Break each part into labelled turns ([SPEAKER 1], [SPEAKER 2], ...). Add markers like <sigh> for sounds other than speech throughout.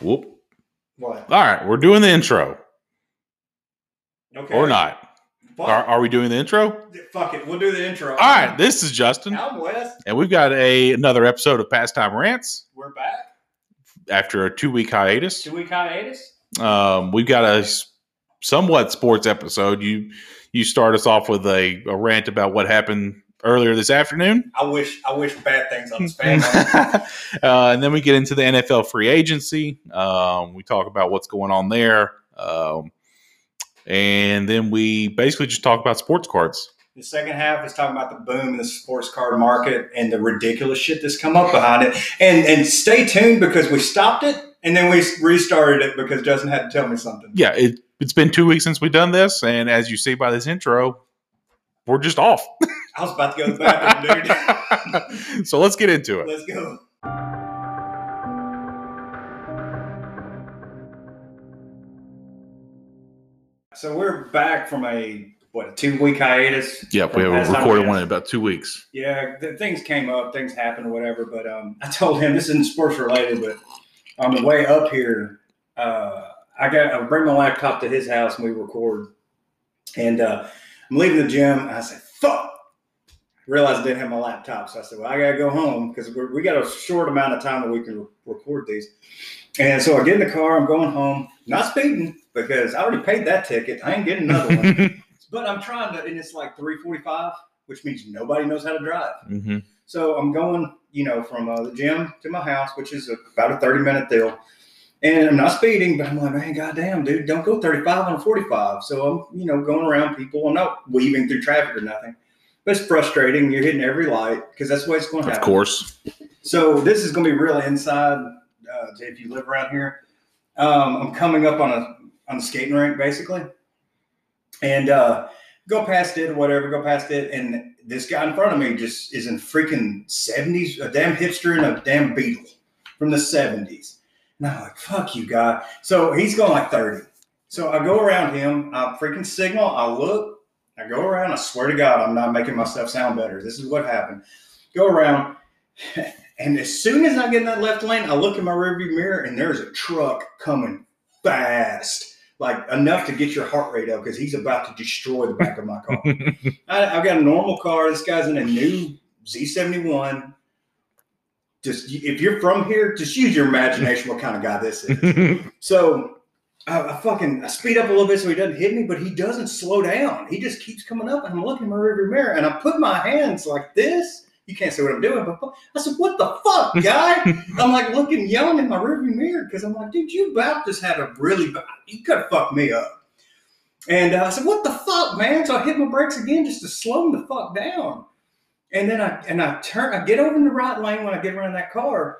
[SPEAKER 1] Whoop.
[SPEAKER 2] What?
[SPEAKER 1] All right, we're doing the intro
[SPEAKER 2] Okay.
[SPEAKER 1] or not.
[SPEAKER 2] Fuck,
[SPEAKER 1] Are, are we doing the intro?
[SPEAKER 2] fuck it. We'll do the intro.
[SPEAKER 1] All right, this is Justin,
[SPEAKER 2] I'm Wes.
[SPEAKER 1] and we've got a, another episode of Pastime Rants
[SPEAKER 2] We're back.
[SPEAKER 1] after a two week hiatus.
[SPEAKER 2] Two week hiatus.
[SPEAKER 1] Um, we've got a s- somewhat sports episode. You you start us off with a, a rant about what happened earlier this afternoon,
[SPEAKER 2] I wish. I wish bad things
[SPEAKER 1] <laughs>
[SPEAKER 2] on his family.
[SPEAKER 1] uh, and then we get into the NFL free agency. Um, we talk about what's going on there. Um, and then we basically just talk about sports cards.
[SPEAKER 2] the second half is talking about the boom in the sports card market and the ridiculous shit that's come up behind it. And and stay tuned because we stopped it and then we restarted it because Justin had to tell me something.
[SPEAKER 1] yeah, it, it's been two weeks since we've done this, and as you see by this intro, we're just off.
[SPEAKER 2] I was about to go to the bathroom, <laughs>
[SPEAKER 1] <laughs>
[SPEAKER 2] dude.
[SPEAKER 1] so let's get into it.
[SPEAKER 2] Let's go. So we're back from a what a two week hiatus.
[SPEAKER 1] Yep, we haven't
[SPEAKER 2] Last time
[SPEAKER 1] recorded
[SPEAKER 2] we-
[SPEAKER 1] one in about two weeks.
[SPEAKER 2] Yeah, th- things came up, things happened, or whatever. But um, <laughs> I told him this isn't sports related, but on the way up here, uh, I got I bring my laptop to his house and we record. And uh, I'm leaving the gym. And I said, "Fuck!" Realized I didn't have my laptop, so I said, "Well, I gotta go home because we got a short amount of time that we can re- record these." And so I get in the car. I'm going home, not speeding because I already paid that ticket. I ain't getting another one.
[SPEAKER 1] Mhm.
[SPEAKER 2] But I'm trying to, and it's like 3:45, which means nobody knows how to drive.
[SPEAKER 1] Mm-hmm.
[SPEAKER 2] So I'm going, you know, from uh, the gym to my house, which is about a 30 minute deal. And I'm not speeding, but I'm like, man, goddamn, dude, don't go 35 on a 45. So I'm, you know, going around people. I'm not weaving through traffic or nothing. But it's frustrating. You're hitting every light because that's the way it's going to
[SPEAKER 1] Of
[SPEAKER 2] happen.
[SPEAKER 1] <laughs> course.
[SPEAKER 2] So this is going to be real inside. Uh, if you live around here, um, I'm coming up on a on a skating rink basically, and uh, go past it, whatever, go past it, and this guy in front of me just is in freaking seventies, a damn hipster and a damn beetle from the seventies, and I'm like, fuck you, guy. So he's going like thirty. So I go around him, I freaking signal, I look, I go around. I swear to God, I'm not making myself sound better. This is what happened. Go around. <laughs> And as soon as I get in that left lane, I look in my rearview mirror and there's a truck coming fast, like enough to get your heart rate up because he's about to destroy the back of my car. I, I've got a normal car. This guy's in a new Z71. Just if you're from here, just use your imagination what kind of guy this is. So I, I fucking I speed up a little bit so he doesn't hit me, but he doesn't slow down. He just keeps coming up, and I'm looking in my rearview mirror, and I put my hands like this. You can't see what I'm doing, but fu- I said, "What the fuck, guy?" I'm like looking, yelling in my rearview mirror because I'm like, "Dude, you about just had a really ba- you could have fucked me up." And uh, I said, "What the fuck, man?" So I hit my brakes again just to slow him the fuck down. And then I and I turn, I get over in the right lane when I get around that car,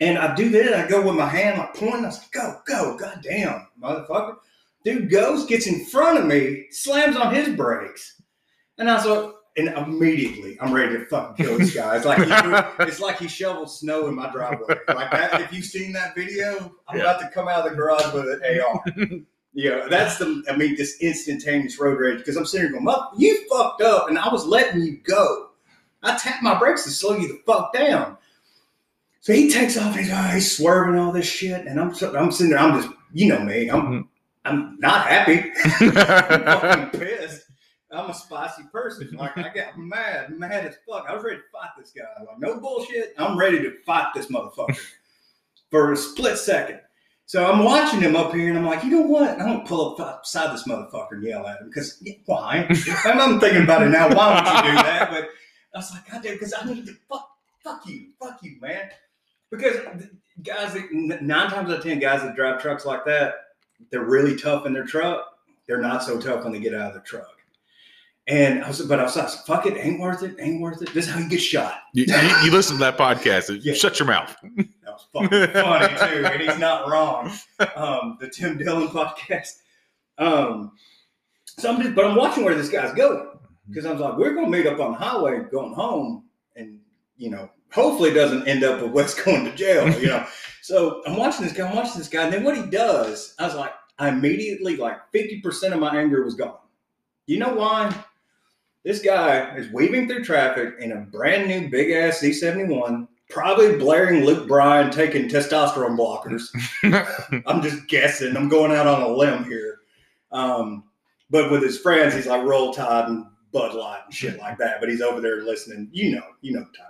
[SPEAKER 2] and I do this, I go with my hand like pointing, I said, go, go, goddamn, motherfucker. Dude goes, gets in front of me, slams on his brakes. And I said, and immediately I'm ready to fucking kill this guy. It's like he, it's like he shoveled snow in my driveway. Like that, if you've seen that video, I'm
[SPEAKER 1] Yeah.
[SPEAKER 2] about to come out of the garage with an AR. You know, that's the I mean, this instantaneous road rage because I'm sitting here going, "Mother- you fucked up, and I was letting you go. I tapped my brakes to slow you the fuck down. So he takes off. He's, oh, he's swerving all this shit, and I'm so- I'm sitting there. I'm just you know me.
[SPEAKER 1] Mhm.
[SPEAKER 2] I'm I'm not happy. I'm fucking pissed. I'm a spicy person. Like I got mad, mad as fuck. I was ready to fight this guy. Like no bullshit. I'm ready to fight this motherfucker for a split second. So I'm watching him up here, and I'm like, you know what? I don't pull up beside this motherfucker and yell at him because why? and I'm thinking about it now. Why would you do that? But I was like, God damn, because I need to fuck, fuck you, fuck you, man. Because th- guys, that, n- nine times out of ten, guys that drive trucks like that, they're really tough in their truck. They're not so tough when they get out of their truck. And I was, but I was like, fuck it, ain't worth it, ain't worth it. This is how you get shot.
[SPEAKER 1] you, you, you listen to that podcast. You
[SPEAKER 2] Yeah.
[SPEAKER 1] Shut your mouth.
[SPEAKER 2] That was fucking funny too, and he's not wrong. Um, the Tim Dillon podcast. Um, so I'm just, but I'm watching where this guy's going because I was like, we're gonna meet up on the highway going home, and you know, hopefully it doesn't end up with Wes going to jail. You know, so I'm watching this guy, I'm watching this guy, and then what he does, I was like, I immediately like 50 percent of my anger was gone. You know why? This guy is weaving through traffic in a brand new big ass Z71 probably blaring Luke Bryan taking testosterone blockers. I'm just guessing. I'm going out on a limb here. Um, but with his friends, he's like Roll Tide and Bud Light and shit like that. But he's over there listening. You know, you know Todd.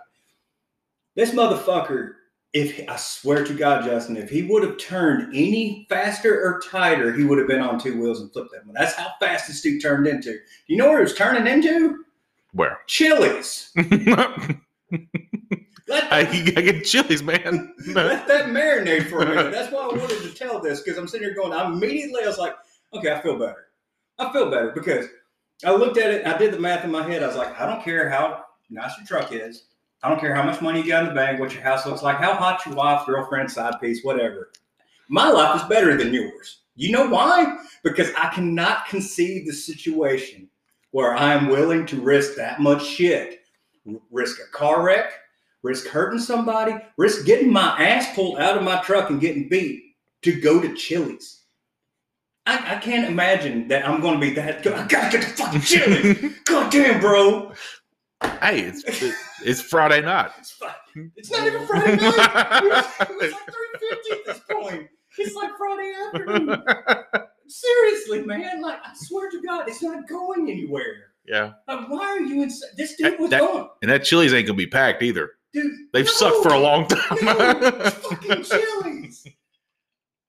[SPEAKER 2] This motherfucker, if I swear to God, Justin, if he would have turned any faster or tighter, he would have been on two wheels and flipped that one. That's how fast this dude turned into. You know where he was turning into?
[SPEAKER 1] Where? <laughs>
[SPEAKER 2] Chili's.
[SPEAKER 1] I,
[SPEAKER 2] Let
[SPEAKER 1] I
[SPEAKER 2] that,
[SPEAKER 1] get chilies,
[SPEAKER 2] <laughs>
[SPEAKER 1] man. <laughs>
[SPEAKER 2] let that marinate for a minute. That's why I wanted to tell this because I'm sitting here going, I immediately I was like, okay, I feel better. I feel better because I looked at it, I did the math in my head. I was like, I don't care how nice your truck is. I don't care how much money you got in the bank, what your house looks like, how hot your wife, girlfriend, side piece, whatever. My life is better than yours. You know why? Because I cannot conceive the situation where I am willing to risk that much shit. Risk a car wreck, risk hurting somebody, risk getting my ass pulled out of my truck and getting beat to go to Chili's. I, I can't imagine that I'm going to be that. I gotta get to
[SPEAKER 1] <laughs>
[SPEAKER 2] fucking Chili's.
[SPEAKER 1] hey,
[SPEAKER 2] God damn, bro.
[SPEAKER 1] it's it's Friday night.
[SPEAKER 2] It's, fu- it's not even
[SPEAKER 1] <laughs>
[SPEAKER 2] Friday night. It's, it's like three fifty at this point. It's like Friday afternoon. Seriously, man. Like I swear to God, it's not going anywhere.
[SPEAKER 1] yeah,
[SPEAKER 2] Like, why are you inside? This dude
[SPEAKER 1] That-
[SPEAKER 2] was
[SPEAKER 1] that-
[SPEAKER 2] going,
[SPEAKER 1] and that chilies ain't gonna be packed either.
[SPEAKER 2] dude.
[SPEAKER 1] They've sucked for a
[SPEAKER 2] no.
[SPEAKER 1] long <laughs>
[SPEAKER 2] Dude,
[SPEAKER 1] time.
[SPEAKER 2] fucking chilies.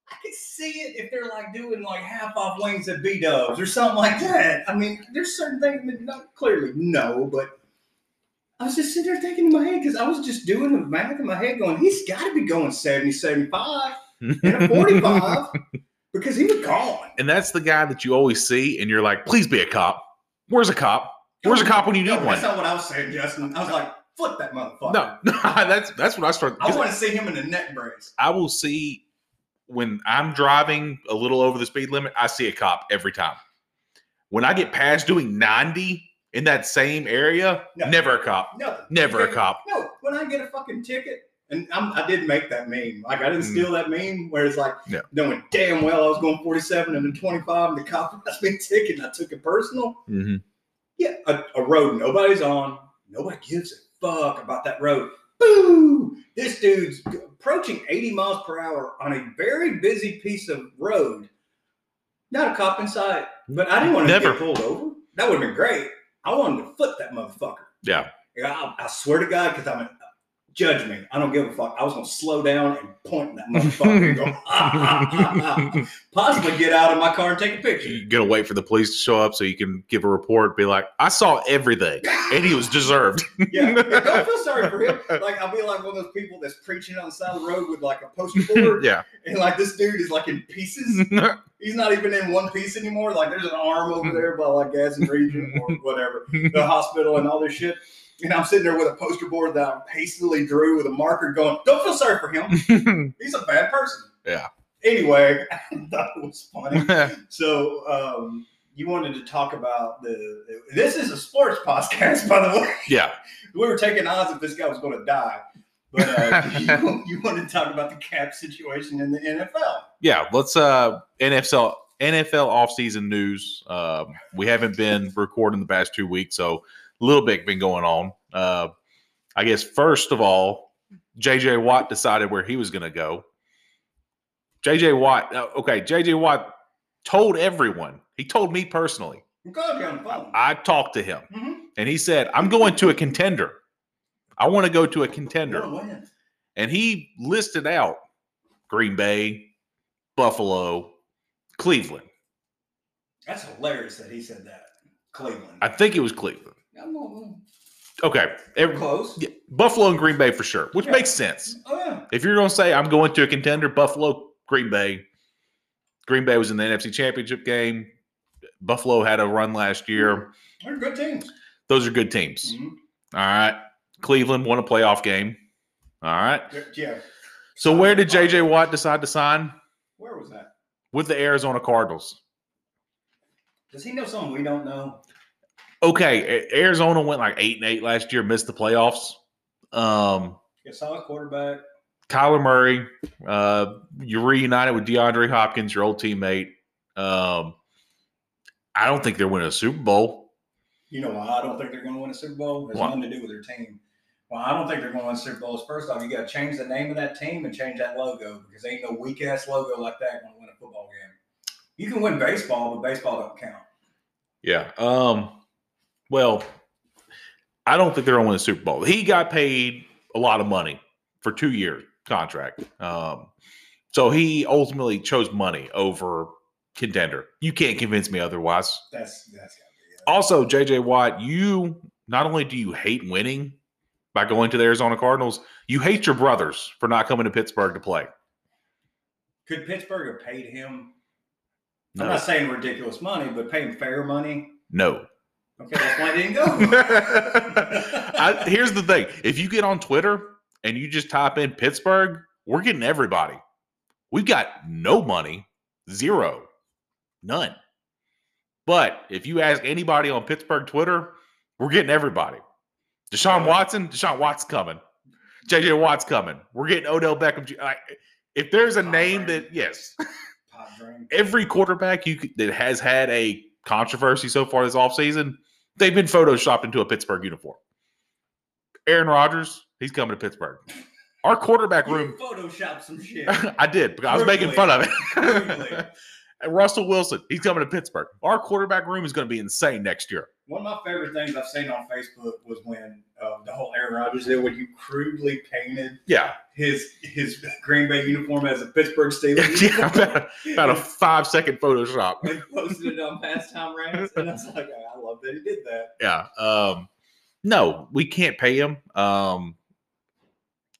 [SPEAKER 2] I can see it if they're like doing like half off wings at B Dubs or something like that. I mean, there's certain things that not clearly no, but I was just sitting there thinking in my head because I was just doing the math in my head going, he's got to be going 70, 75, <laughs> and
[SPEAKER 1] <laughs>
[SPEAKER 2] a 45 because he was gone.
[SPEAKER 1] and that's the guy that you always see, and you're like, please be a cop. Where's a cop? Where's a cop when you need
[SPEAKER 2] No,
[SPEAKER 1] one?
[SPEAKER 2] That's not what I was saying, Justin. I was like, flip that motherfucker.
[SPEAKER 1] No, <laughs> that's that's what I start.
[SPEAKER 2] I want to see him in a neck brace.
[SPEAKER 1] I will see when I'm driving a little over the speed limit, I see a cop every time. When I get past doing 90 in that same area,
[SPEAKER 2] No.
[SPEAKER 1] never a cop.
[SPEAKER 2] Nothing.
[SPEAKER 1] Never a cop.
[SPEAKER 2] No, when I get a fucking ticket, and I'm, I did make that meme. Like I didn't
[SPEAKER 1] Mm.
[SPEAKER 2] steal that meme where it's like
[SPEAKER 1] Yeah.
[SPEAKER 2] knowing damn well I was going 47 and then 25, and the cop has me a ticket, and I took it personal.
[SPEAKER 1] Mm-hmm.
[SPEAKER 2] Yeah, a, a road nobody's on. Nobody gives a fuck about that road. Boo! This dude's approaching 80 miles per hour on a very busy piece of road. Not a cop in sight, but I didn't want to
[SPEAKER 1] Never.
[SPEAKER 2] get pulled over. That would have been great. I wanted to flip that motherfucker.
[SPEAKER 1] Yeah.
[SPEAKER 2] Yeah, I, I swear to God, because I'm a uh, judge me. I don't give a fuck. I was gonna slow down and point that motherfucker and go, <laughs> ah,
[SPEAKER 1] <laughs>
[SPEAKER 2] ah, ah, ah. possibly get out of my car and take a picture.
[SPEAKER 1] You're gonna wait for the police to show up so you can give a report, be like, I saw everything. And he was deserved. <laughs>
[SPEAKER 2] Yeah, I don't feel sorry for him. Like I'll be like one of those people that's preaching on the side of the road with like a poster board,
[SPEAKER 1] yeah. <laughs>
[SPEAKER 2] and like this dude is like in pieces. He's not even in one piece anymore. Like there's an arm over there by like Gadsden Region or whatever, the hospital and all this shit. And I'm sitting there with a poster board that I hastily drew with a marker, going, "Don't feel sorry for him." he's a bad person.
[SPEAKER 1] Yeah.
[SPEAKER 2] Anyway, <laughs> I thought it was funny. So um, you wanted to talk about the. This is a sports podcast, by the way.
[SPEAKER 1] yeah.
[SPEAKER 2] We were taking odds if this guy was going to die, but uh,
[SPEAKER 1] <laughs>
[SPEAKER 2] you, you wanted to talk about the cap situation in the NFL.
[SPEAKER 1] yeah, let's uh NFL NFL offseason news. Um, we haven't been recording the past two weeks, so a little bit been going on. Uh, I guess first of all, JJ Watt decided where he was going to go. JJ Watt, uh, okay, JJ Watt told everyone. He told me personally.
[SPEAKER 2] I'm calling you on the phone.
[SPEAKER 1] I talked to him,
[SPEAKER 2] Mhm.
[SPEAKER 1] and he said, "I'm going to a contender. I want to go to a contender."
[SPEAKER 2] What a win.
[SPEAKER 1] and he listed out Green Bay, Buffalo, Cleveland.
[SPEAKER 2] That's hilarious that he said that. Cleveland.
[SPEAKER 1] I think it was Cleveland.
[SPEAKER 2] I'm not-
[SPEAKER 1] Okay,
[SPEAKER 2] I'm
[SPEAKER 1] every-
[SPEAKER 2] close.
[SPEAKER 1] yeah, Buffalo and Green Bay for sure, which
[SPEAKER 2] Yeah.
[SPEAKER 1] makes sense.
[SPEAKER 2] Oh yeah.
[SPEAKER 1] If you're going to say I'm going to a contender, Buffalo, Green Bay. Green Bay was in the NFC Championship game. Buffalo had a run last year.
[SPEAKER 2] They're good teams.
[SPEAKER 1] Those are good teams.
[SPEAKER 2] Mhm.
[SPEAKER 1] All right. Cleveland won a playoff game. All right.
[SPEAKER 2] They're- Yeah.
[SPEAKER 1] So where did JJ Watt decide to sign?
[SPEAKER 2] Where was that?
[SPEAKER 1] With the Arizona Cardinals.
[SPEAKER 2] Does he know something we don't know?
[SPEAKER 1] okay, A- Arizona went like eight and eight last year, missed the playoffs. Um,
[SPEAKER 2] Yeah, solid quarterback.
[SPEAKER 1] Kyler Murray, uh, you reunited with DeAndre Hopkins, your old teammate. Um, I don't think they're winning a Super Bowl.
[SPEAKER 2] You know why I don't think they're going to win a Super Bowl? It has
[SPEAKER 1] Why?
[SPEAKER 2] nothing to do with their team. Well, I don't think they're going to win the Super Bowls. First off, you got to change the name of that team and change that logo because ain't no weak ass logo like that going to win a football game. You can win baseball, but baseball don't count.
[SPEAKER 1] Yeah. Um. Well, I don't think they're going to win the Super Bowl. He got paid a lot of money for two year contract. Um. So he ultimately chose money over contender. You can't convince me otherwise.
[SPEAKER 2] That's that's gotta be it.
[SPEAKER 1] Also, JJ Watt, you not only do you hate winning by going to the Arizona Cardinals, you hate your brothers for not coming to Pittsburgh to play.
[SPEAKER 2] Could Pittsburgh have paid him?
[SPEAKER 1] No,
[SPEAKER 2] I'm not saying ridiculous money, but pay him fair money.
[SPEAKER 1] no.
[SPEAKER 2] Okay, that's why he didn't go.
[SPEAKER 1] <laughs> I, here's the thing: if you get on Twitter and you just type in Pittsburgh, we're getting everybody. We've got no money, zero, none. But if you ask anybody on Pittsburgh Twitter, we're getting everybody. Deshaun Watson, Deshaun Watts coming. JJ Watts coming. We're getting Odell Beckham. Jr. Like, if there's a name that yes,
[SPEAKER 2] Pop dream.
[SPEAKER 1] every quarterback you could, that has had a controversy so far this offseason, they've been photoshopped into a Pittsburgh uniform. Aaron Rodgers, he's coming to Pittsburgh. Our quarterback
[SPEAKER 2] You
[SPEAKER 1] room, <laughs>
[SPEAKER 2] Photoshop some shit.
[SPEAKER 1] I did because I was making fun of
[SPEAKER 2] Brutally.
[SPEAKER 1] it. And <laughs> Russell Wilson, he's coming to Pittsburgh. Our quarterback room is going to be insane next year.
[SPEAKER 2] One of my favorite things I've seen on Facebook was when uh, the whole Aaron Rodgers deal, when you crudely painted
[SPEAKER 1] Yeah, <laughs>
[SPEAKER 2] his his Green Bay uniform as a Pittsburgh
[SPEAKER 1] <laughs>
[SPEAKER 2] Steelers
[SPEAKER 1] yeah
[SPEAKER 2] uniform
[SPEAKER 1] about,
[SPEAKER 2] <laughs>
[SPEAKER 1] about a five second Photoshop.
[SPEAKER 2] and posted it on Pastime Rants, and I was like, I love that he did that.
[SPEAKER 1] yeah. Um, no, we can't pay him. Um,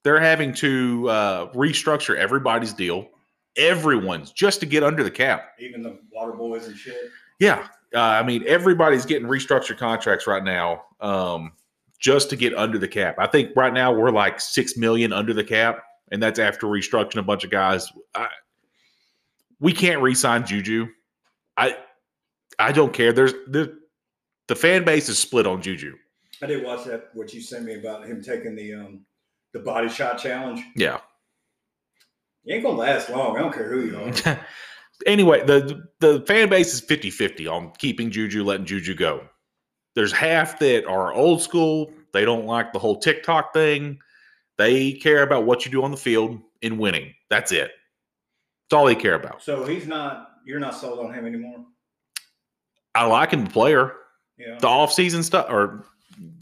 [SPEAKER 1] they're having to uh, restructure everybody's deal, everyone's just to get under the cap.
[SPEAKER 2] Even the Water Boys and shit.
[SPEAKER 1] Yeah, uh, I mean everybody's getting restructured contracts right now, um, just to get under the cap. I think right now we're like six million under the cap, and that's after restructuring a bunch of guys. I, we can't re-sign Juju. I I don't care. There's the the fan base is split on Juju.
[SPEAKER 2] I did watch that what you sent me about him taking the um the body shot challenge.
[SPEAKER 1] Yeah.
[SPEAKER 2] You ain't gonna last long. I don't care who you are.
[SPEAKER 1] Mm-hmm. <laughs> anyway, the the fan base is 50-50 on keeping Juju, letting Juju go. There's half that are old school. They don't like the whole TikTok thing. They care about what you do on the field and winning. That's it. That's all they care about.
[SPEAKER 2] So he's not. You're not sold on him anymore.
[SPEAKER 1] I like him, the player.
[SPEAKER 2] Yeah.
[SPEAKER 1] The off-season stuff or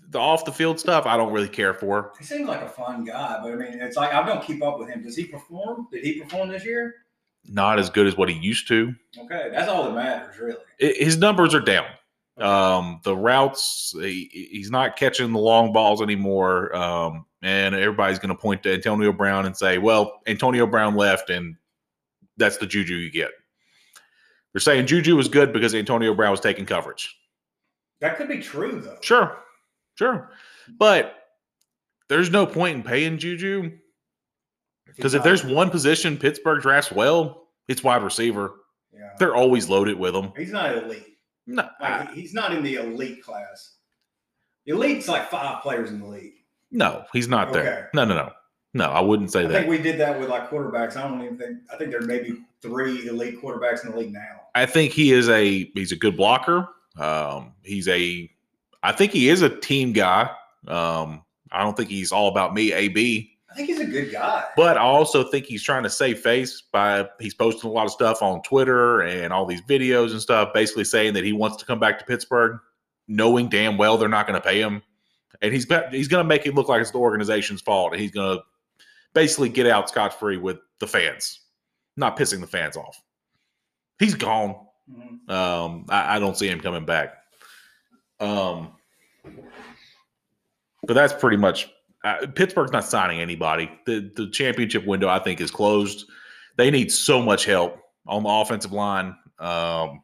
[SPEAKER 1] the off the field stuff, I don't really care for.
[SPEAKER 2] He seems like a fun guy, but I mean, it's like I don't keep up with him. Does he perform? Did he perform this year?
[SPEAKER 1] Not as good as what he used to.
[SPEAKER 2] Okay, that's all that matters, really.
[SPEAKER 1] I- His numbers are down. Um, the routes, he, he's not catching the long balls anymore. Um, and everybody's going to point to Antonio Brown and say, well, Antonio Brown left, and that's the juju you get. They're saying Juju was good because Antonio Brown was taking coverage.
[SPEAKER 2] That could be true, though.
[SPEAKER 1] Sure, sure. But there's no point in paying Juju because if there's one position Pittsburgh drafts well, it's wide receiver.
[SPEAKER 2] yeah,
[SPEAKER 1] They're always loaded with them.
[SPEAKER 2] he's not elite.
[SPEAKER 1] No, I-
[SPEAKER 2] Like, he- he's not in the elite class. Elite's like five players in the league.
[SPEAKER 1] No, he's not
[SPEAKER 2] Okay.
[SPEAKER 1] there. No, no, no. No, I wouldn't say
[SPEAKER 2] I
[SPEAKER 1] that.
[SPEAKER 2] think we did that with like quarterbacks. I don't even think. I think there may be three elite quarterbacks in the league now.
[SPEAKER 1] I think he is a he's a good blocker. Um, he's a I think he is a team guy. Um, I don't think he's all about me, AB.
[SPEAKER 2] I think he's a good guy.
[SPEAKER 1] But I also think he's trying to save face by he's posting a lot of stuff on Twitter and all these videos and stuff, basically saying that he wants to come back to Pittsburgh, knowing damn well they're not going to pay him, and he's bet- he's going to make it look like it's the organization's fault, and he's going to basically get out scot free with the fans, not pissing the fans off. He's gone.
[SPEAKER 2] Mhm.
[SPEAKER 1] Um, I, I don't see him coming back. Um, but that's pretty much uh, Pittsburgh's not signing anybody. The the championship window I think is closed. They need so much help on the offensive line. Um,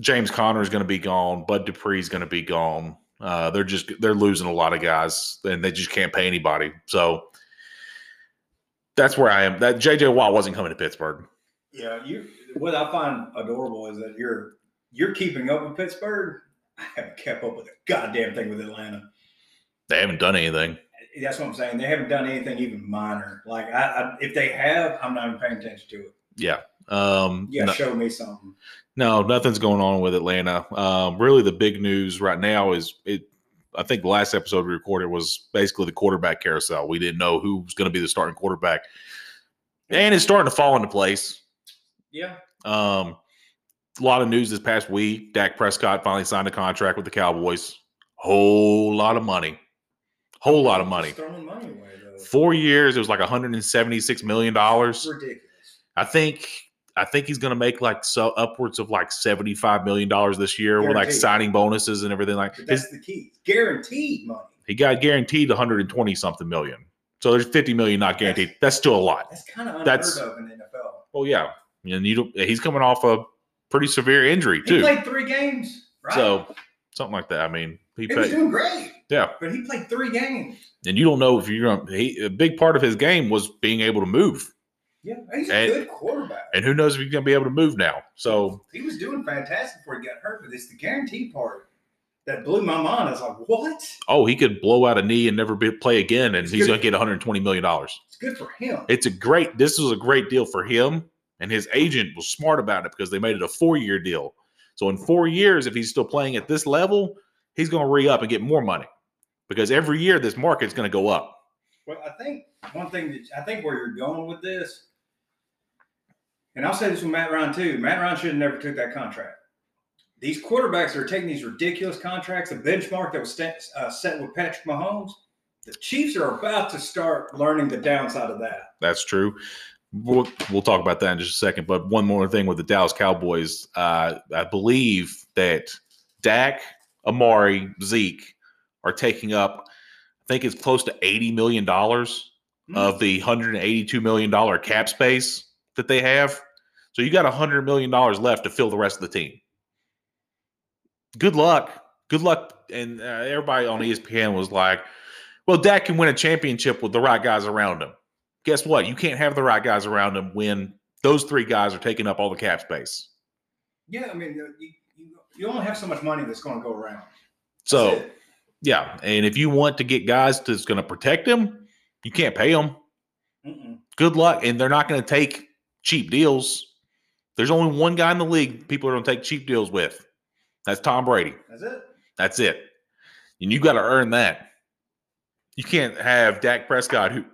[SPEAKER 1] James Conner is going to be gone. Bud Dupree's going to be gone. Uh, they're just they're losing a lot of guys, and they just can't pay anybody. So that's where I am. That JJ Watt wasn't coming to Pittsburgh.
[SPEAKER 2] Yeah, you. What I find adorable is that you're you're keeping up with Pittsburgh. I haven't kept up with a goddamn thing with Atlanta.
[SPEAKER 1] They haven't done anything.
[SPEAKER 2] That's what I'm saying. They haven't done anything even minor. Like I, I if they have, I'm not even paying attention to it.
[SPEAKER 1] Yeah. Um,
[SPEAKER 2] Yeah,
[SPEAKER 1] no-
[SPEAKER 2] show me something.
[SPEAKER 1] No, nothing's going on with Atlanta. Um, really, the big news right now is it I think the last episode we recorded was basically the quarterback carousel. We didn't know who was going to be the starting quarterback, and it's starting to fall into place.
[SPEAKER 2] Yeah.
[SPEAKER 1] Um, a lot of news this past week. Dak Prescott finally signed a contract with the Cowboys. Whole lot of money. Whole lot of money.
[SPEAKER 2] Just throwing money away though.
[SPEAKER 1] Four years. It was like 176 million dollars.
[SPEAKER 2] Ridiculous.
[SPEAKER 1] I think I think he's going to make like so upwards of like seventy five million dollars this year with like
[SPEAKER 2] Guaranteed.
[SPEAKER 1] signing bonuses and everything like.
[SPEAKER 2] But
[SPEAKER 1] His,
[SPEAKER 2] that's the key. Guaranteed money.
[SPEAKER 1] he got guaranteed one hundred and twenty something million. So there's fifty million not guaranteed. That's still a lot.
[SPEAKER 2] That's kind of unheard
[SPEAKER 1] That's-
[SPEAKER 2] of in the NFL.
[SPEAKER 1] Well, yeah, and you don't, he's coming off a pretty severe injury
[SPEAKER 2] He
[SPEAKER 1] too.
[SPEAKER 2] played three games, right?
[SPEAKER 1] So something like that. I mean, he
[SPEAKER 2] he was
[SPEAKER 1] paid.
[SPEAKER 2] doing great.
[SPEAKER 1] Yeah.
[SPEAKER 2] But he played three games.
[SPEAKER 1] and you don't know if you're going. to He a big part of his game was being able to move,
[SPEAKER 2] Yeah. He's a
[SPEAKER 1] And-
[SPEAKER 2] good quarterback.
[SPEAKER 1] and who knows if he's going to be able to move now. So
[SPEAKER 2] he was doing fantastic before he got hurt, but it's the guarantee part that blew my mind. I was like, what?
[SPEAKER 1] oh, he could blow out a knee and never be, play again, and
[SPEAKER 2] It's
[SPEAKER 1] he's
[SPEAKER 2] good.
[SPEAKER 1] going to get one hundred twenty million dollars.
[SPEAKER 2] It's good for him.
[SPEAKER 1] it's a great this was a great deal for him and his agent was smart about it because they made it a four-year deal so in four years if he's still playing at this level he's going to re-up and get more money because every year this market's going to go up
[SPEAKER 2] Well, I think one thing that I think where you're going with this, and I'll say this with Matt Ryan too. Matt Ryan should have never took that contract. These quarterbacks that are taking these ridiculous contracts. The benchmark that was set, uh, set with Patrick Mahomes. The Chiefs are about to start learning the downside of that.
[SPEAKER 1] that's true we'll, we'll talk about that in just a second but one more thing with the dallas cowboys uh, i believe that dak amari zeke are taking up i think it's close to $80 million of the 182 million dollar cap space that they have. So you got 100 million dollars left to fill the rest of the team. Good luck. Good luck. And uh, everybody on ESPN was like, "Well, Dak can win a championship with the right guys around him." Guess what? You can't have the right guys around him when those three guys are taking up all the cap space.
[SPEAKER 2] yeah, I mean, you, you, you only have so much money that's going to go around.
[SPEAKER 1] So,
[SPEAKER 2] That's it.
[SPEAKER 1] yeah, and if you want to get guys that's going to protect him, you can't pay them.
[SPEAKER 2] Mm-mm.
[SPEAKER 1] good luck. And they're not going to take cheap deals. There's only one guy in the league people are going to take cheap deals with. That's Tom Brady.
[SPEAKER 2] that's it.
[SPEAKER 1] That's it. And you got to earn that. You can't have Dak Prescott, who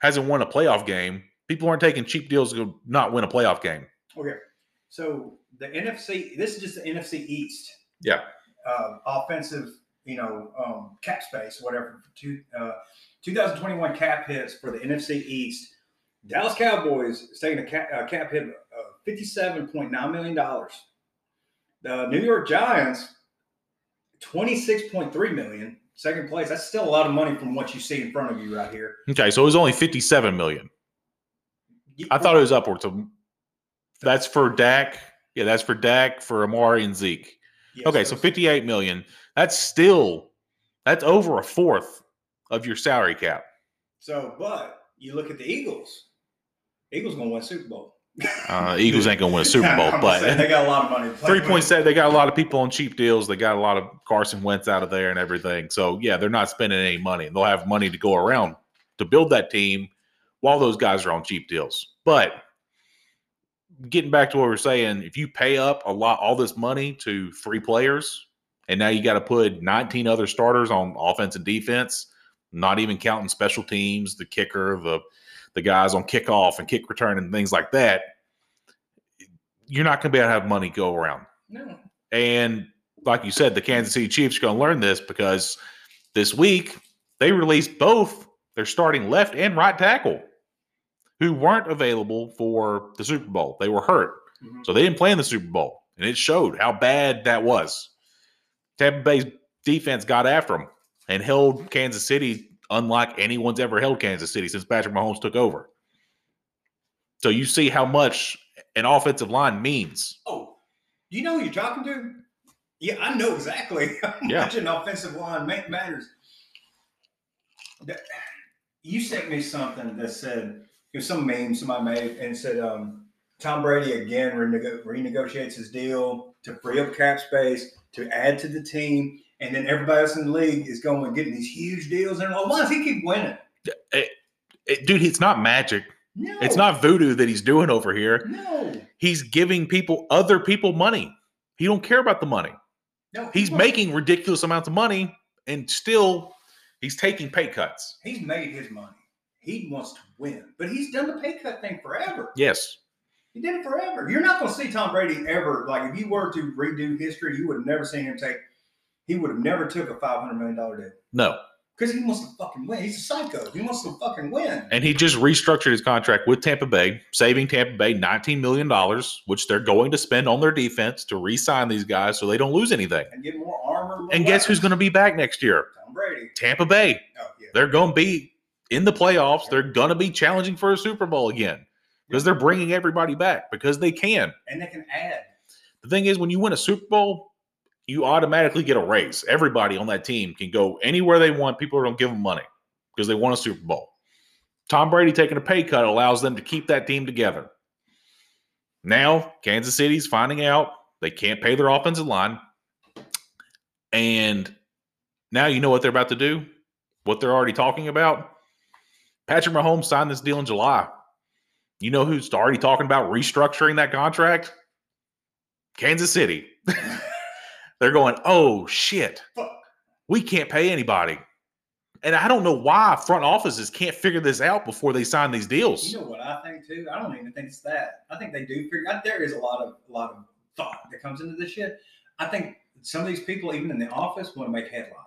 [SPEAKER 1] hasn't won a playoff game. People aren't taking cheap deals to not win a playoff game.
[SPEAKER 2] Okay. So the NFC, this is just the NFC East.
[SPEAKER 1] Yeah.
[SPEAKER 2] Uh, offensive, you know, um, cap space, whatever. Two, uh, 2021 cap hits for the NFC East. Dallas Cowboys is taking a cap, a cap hit of $57.9 million. The New York Giants, $26.3 million. Second place. That's still a lot of money from what you see in front of you right here.
[SPEAKER 1] Okay, so it was only 57 million. I thought it was upwards of that's for Dak. Yeah, that's for Dak, for Amari and Zeke.
[SPEAKER 2] Yes,
[SPEAKER 1] Okay,
[SPEAKER 2] that
[SPEAKER 1] so
[SPEAKER 2] was-
[SPEAKER 1] 58 million. That's still that's over a fourth of your salary cap.
[SPEAKER 2] So, but you look at the Eagles. Eagles gonna win Super Bowl. <laughs>
[SPEAKER 1] Uh, Eagles ain't gonna win a Super Bowl,
[SPEAKER 2] I'm just saying, they
[SPEAKER 1] but
[SPEAKER 2] got a lot of money. to play
[SPEAKER 1] three
[SPEAKER 2] with.
[SPEAKER 1] point seven. They got a lot of people on cheap deals. They got a lot of Carson Wentz out of there and everything. So yeah, they're not spending any money. They'll have money to go around to build that team while those guys are on cheap deals. But getting back to what we we're saying, if you pay up a lot, all this money to three players, and now you got to put 19 other starters on offense and defense, not even counting special teams, the kicker, the the guys on kickoff and kick return and things like that, you're not going to be able to have money go around.
[SPEAKER 2] No,
[SPEAKER 1] And like you said, the Kansas City Chiefs are going to learn this because this week they released both their starting left and right tackle who weren't available for the Super Bowl. They were hurt.
[SPEAKER 2] Mhm.
[SPEAKER 1] So they didn't play in the Super Bowl. And it showed how bad that was. Tampa Bay's defense got after them and held Kansas City unlike anyone's ever held Kansas City since Patrick Mahomes took over. So you see how much an offensive line means.
[SPEAKER 2] Oh, you know who you're talking to? Yeah, I know exactly. <laughs> how
[SPEAKER 1] Yeah.
[SPEAKER 2] much an offensive line ma- matters. That- You sent me something that said it was some meme somebody made and said um, Tom Brady again renego- renegotiates his deal to free up cap space to add to the team, and then everybody else in the league is going and getting these huge deals. And well, why does he keep winning?
[SPEAKER 1] It- dude, it's not magic.
[SPEAKER 2] No,
[SPEAKER 1] It's not voodoo that he's doing over here.
[SPEAKER 2] No,
[SPEAKER 1] He's giving people other people money. He don't care about the money.
[SPEAKER 2] no.
[SPEAKER 1] He's
[SPEAKER 2] he won't.
[SPEAKER 1] making ridiculous amounts of money and still he's taking pay cuts.
[SPEAKER 2] He's made his money. He wants to win, but he's done the pay cut thing forever.
[SPEAKER 1] Yes.
[SPEAKER 2] He did it forever. You're not going to see Tom Brady ever. Like if you were to redo history, you would have never seen him take. He would have never took a five hundred million dollar deal
[SPEAKER 1] No.
[SPEAKER 2] because he wants to fucking win. He's a psycho. He wants to fucking win.
[SPEAKER 1] And he just restructured his contract with Tampa Bay, saving Tampa Bay $19 million, which they're going to spend on their defense to re sign these guys so they don't lose anything.
[SPEAKER 2] And get more armor. more
[SPEAKER 1] And guess who's going
[SPEAKER 2] weapons.
[SPEAKER 1] to be back next year?
[SPEAKER 2] Tom Brady.
[SPEAKER 1] Tampa Bay.
[SPEAKER 2] Oh yeah.
[SPEAKER 1] They're going to be in the playoffs. They're going to be challenging for a Super Bowl again because they're bringing everybody back because they can.
[SPEAKER 2] And they can add.
[SPEAKER 1] The thing is, when you win a Super Bowl, you automatically get a raise. Everybody on that team can go anywhere they want. People are going to give them money because they won a Super Bowl. Tom Brady taking a pay cut allows them to keep that team together. Now, Kansas City's finding out they can't pay their offensive line. And now you know what they're about to do, what they're already talking about. Patrick Mahomes signed this deal in July. You know who's already talking about restructuring that contract? Kansas City. <laughs> They're going, oh shit,
[SPEAKER 2] Fuck.
[SPEAKER 1] we can't pay anybody. And I don't know why front offices can't figure this out before they sign these deals.
[SPEAKER 2] You know what I think too? I don't even think it's that. I think they do figure out there is a lot of a lot of thought that comes into this shit. I think some of these people, even in the office, want to make headlines.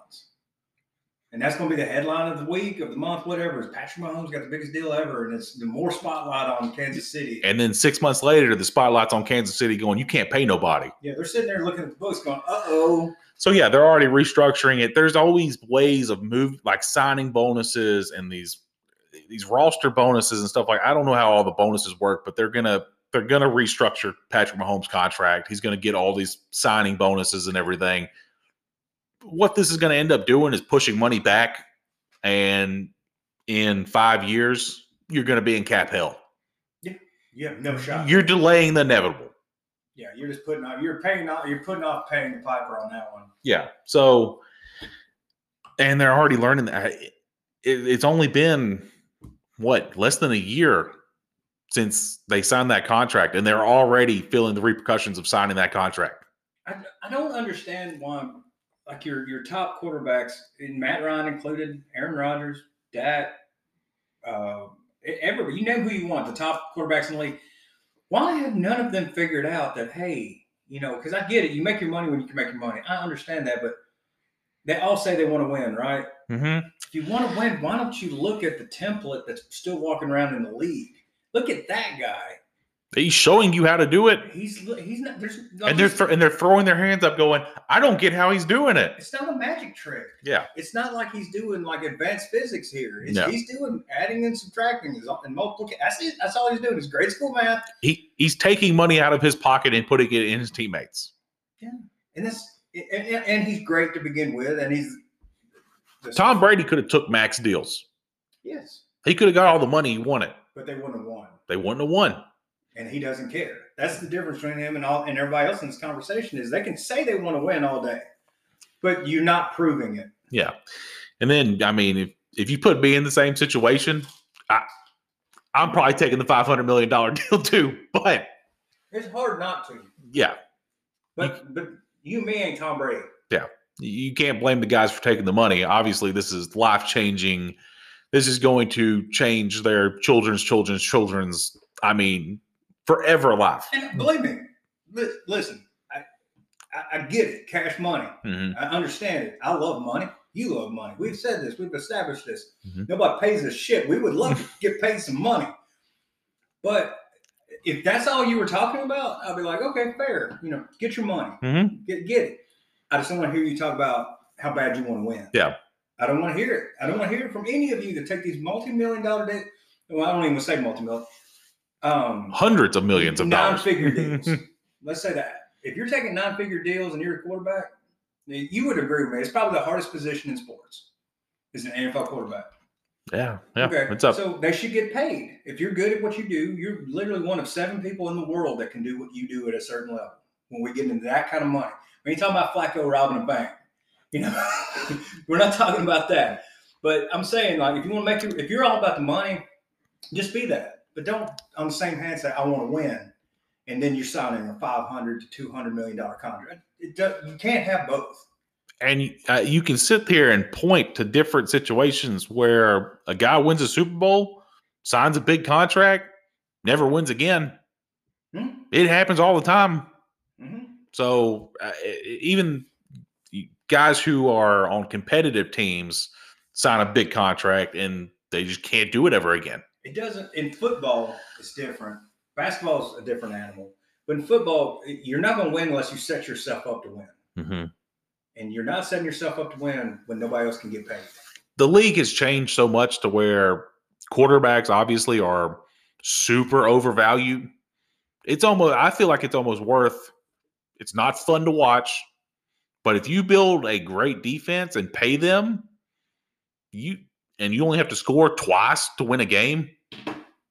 [SPEAKER 2] And that's going to be the headline of the week, of the month, whatever. Is Patrick Mahomes got the biggest deal ever, and it's the more spotlight on Kansas City.
[SPEAKER 1] And then six months later, the spotlight's on Kansas City going, you can't pay nobody.
[SPEAKER 2] yeah, they're sitting there looking at the books, going, "Uh oh."
[SPEAKER 1] So yeah, they're already restructuring it. There's always ways of move like signing bonuses and these these roster bonuses and stuff like I don't know how all the bonuses work, but they're gonna they're gonna restructure Patrick Mahomes' contract. He's gonna get all these signing bonuses and everything. What this is gonna end up doing is pushing money back, and in five years, you're gonna be in cap hell.
[SPEAKER 2] You have no shot.
[SPEAKER 1] You're delaying the inevitable.
[SPEAKER 2] yeah, you're just putting off. You're paying off. You're putting off paying the piper on that one.
[SPEAKER 1] Yeah. So, and they're already learning that I- it, it's only been what less than a year since they signed that contract, and they're already feeling the repercussions of signing that contract.
[SPEAKER 2] I, I don't understand why, like your your top quarterbacks, and Matt Ryan included, Aaron Rodgers, Dak, uh, e- everybody. You know who you want, the top quarterbacks in the league. Why have none of them figured out that hey, you know, because I get it, you make your money when you can make your money. I understand that, but they all say they want to win, right?
[SPEAKER 1] Mm-hmm.
[SPEAKER 2] If you want to win, why don't you look at the template that's still walking around in the league? Look at that guy.
[SPEAKER 1] He's showing you how to do it,
[SPEAKER 2] He's he's not there's
[SPEAKER 1] and they're thro- and they're throwing their hands up, going, "I don't get how he's doing it."
[SPEAKER 2] it's not a magic trick.
[SPEAKER 1] Yeah.
[SPEAKER 2] it's not like he's doing like advanced physics here. It's,
[SPEAKER 1] No.
[SPEAKER 2] He's doing adding and subtracting is all- and multiplication. That's it. That's all he's doing is grade school math.
[SPEAKER 1] He he's taking money out of his pocket and putting it in his teammates.
[SPEAKER 2] And that's and, and, and he's great to begin with. And he's the-
[SPEAKER 1] Tom Brady could have took max deals.
[SPEAKER 2] Yes,
[SPEAKER 1] He could have got all the money he wanted.
[SPEAKER 2] but they wouldn't have won,
[SPEAKER 1] They wouldn't have won.
[SPEAKER 2] and he doesn't care. That's the difference between him and all and everybody else in this conversation is they can say they want to win all day, but you're not proving it.
[SPEAKER 1] Yeah. And then, I mean, if, if you put me in the same situation, I, I'm probably taking the $500 million <laughs> deal too. But
[SPEAKER 2] It's hard not to,
[SPEAKER 1] yeah,
[SPEAKER 2] but but you, me, and Tom Brady.
[SPEAKER 1] you can't blame the guys for taking the money. Obviously, this is life changing. This is going to change their children's, children's, children's, I mean, forever life.
[SPEAKER 2] And believe me, li- listen, I, I, I get it. Cash money.
[SPEAKER 1] Mhm.
[SPEAKER 2] I understand it. I love money. You love money. We've said this. We've established this.
[SPEAKER 1] Mhm.
[SPEAKER 2] Nobody pays us shit. We would love to get paid some money, but if that's all you were talking about, I'd be like, okay, fair. You know, get your money.
[SPEAKER 1] Mhm.
[SPEAKER 2] Get get it. I just don't want to hear you talk about how bad you want to win.
[SPEAKER 1] Yeah.
[SPEAKER 2] I don't want to hear it. I don't want to hear it from any of you that take these multi-million dollar deals. Well, I don't even say multi-million. Um,
[SPEAKER 1] Hundreds of millions of dollars. <laughs>
[SPEAKER 2] Non-figure deals. Let's say that if you're taking non-figure deals and you're a quarterback, then you would agree with me. It's probably the hardest position in sports is an NFL quarterback.
[SPEAKER 1] Yeah. Yeah. It's up.
[SPEAKER 2] So they should get paid. If you're good at what you do, you're literally one of seven people in the world that can do what you do at a certain level. When we get into that kind of money, we ain't talking about Flacco robbing a bank. You know, <laughs> we're not talking about that. But I'm saying, like, if you want to make your, if you're all about the money, just be that. But don't on the same hand say I want to win, and then you're signing a 500 to 200 million dollar contract. It does, you can't have both.
[SPEAKER 1] and uh, you can sit there and point to different situations where a guy wins a Super Bowl, signs a big contract, never wins again.
[SPEAKER 2] Hmm?
[SPEAKER 1] It happens all the time.
[SPEAKER 2] Mhm.
[SPEAKER 1] So uh, e- even guys who are on competitive teams sign a big contract and they just can't do it ever again.
[SPEAKER 2] It doesn't in football. It's different. Basketball's a different animal. But in football, you're not going to win unless you set yourself up to win, and you're not setting yourself up to win when nobody else can get paid.
[SPEAKER 1] The league has changed so much to where quarterbacks obviously are super overvalued. It's almost I feel like it's almost worth it's not fun to watch, but if you build a great defense and pay them, you and you only have to score twice to win a game,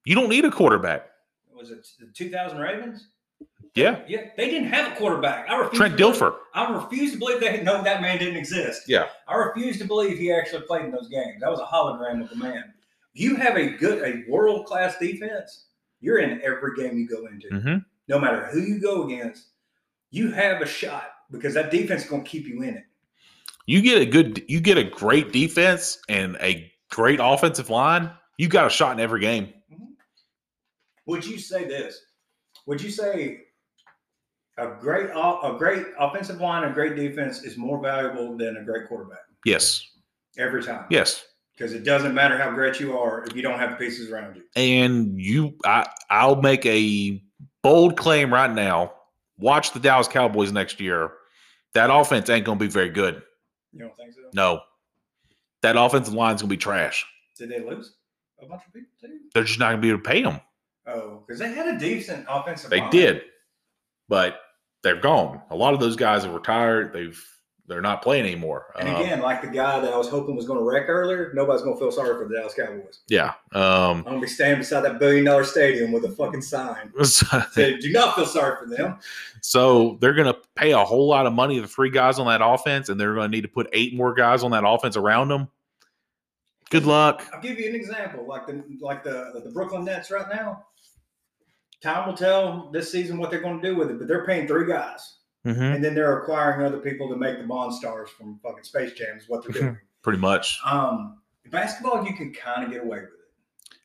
[SPEAKER 1] you don't need a quarterback.
[SPEAKER 2] Was it the 2000 Ravens?
[SPEAKER 1] Yeah.
[SPEAKER 2] Yeah, they didn't have a quarterback. I refuse.
[SPEAKER 1] Trent
[SPEAKER 2] to believe-
[SPEAKER 1] Dilfer.
[SPEAKER 2] I refuse to believe they no that man didn't exist.
[SPEAKER 1] Yeah.
[SPEAKER 2] I refuse to believe he actually played in those games. That was a hologram of a man. You have a good, a world class defense. You're in every game you go into,
[SPEAKER 1] Mhm.
[SPEAKER 2] no matter who you go against. You have a shot because that defense is going to keep you in it.
[SPEAKER 1] You get a good you get a great defense and a great offensive line, you got a shot in every game.
[SPEAKER 2] Would you say this? Would you say a great, o- a great offensive line, a great defense is more valuable than a great quarterback
[SPEAKER 1] Yes.
[SPEAKER 2] every time?
[SPEAKER 1] Yes.
[SPEAKER 2] because it doesn't matter how great you are if you don't have the pieces around you.
[SPEAKER 1] and you I I'll make a bold claim right now. Watch the Dallas Cowboys next year. That offense ain't gonna be very good.
[SPEAKER 2] You don't think so?
[SPEAKER 1] No. That offensive line's gonna be trash.
[SPEAKER 2] Did they lose a bunch of people too?
[SPEAKER 1] They're just not gonna be able to pay them.
[SPEAKER 2] Oh, because they had a decent offensive.
[SPEAKER 1] They
[SPEAKER 2] line.
[SPEAKER 1] did, but they're gone. A lot of those guys are retired. They've they're not playing anymore.
[SPEAKER 2] And
[SPEAKER 1] Um,
[SPEAKER 2] again, like the guy that I was hoping was going to wreck earlier, nobody's going to feel sorry for the Dallas Cowboys.
[SPEAKER 1] yeah. Um, <laughs>
[SPEAKER 2] I'm going to be standing beside that billion dollar stadium with a fucking sign.
[SPEAKER 1] so,
[SPEAKER 2] Say, do not feel sorry for them.
[SPEAKER 1] so they're gonna pay a whole lot of money to three guys on that offense, and they're gonna need to put eight more guys on that offense around them. Good luck.
[SPEAKER 2] I'll give you an example, like the like the the Brooklyn Nets right now. Time will tell this season what they're going to do with it, but they're paying three guys,
[SPEAKER 1] Mm-hmm.
[SPEAKER 2] and then they're acquiring other people to make the Bond stars from fucking Space Jam. Is what they're doing.
[SPEAKER 1] Pretty much.
[SPEAKER 2] Um, basketball, you can kind of get away with it.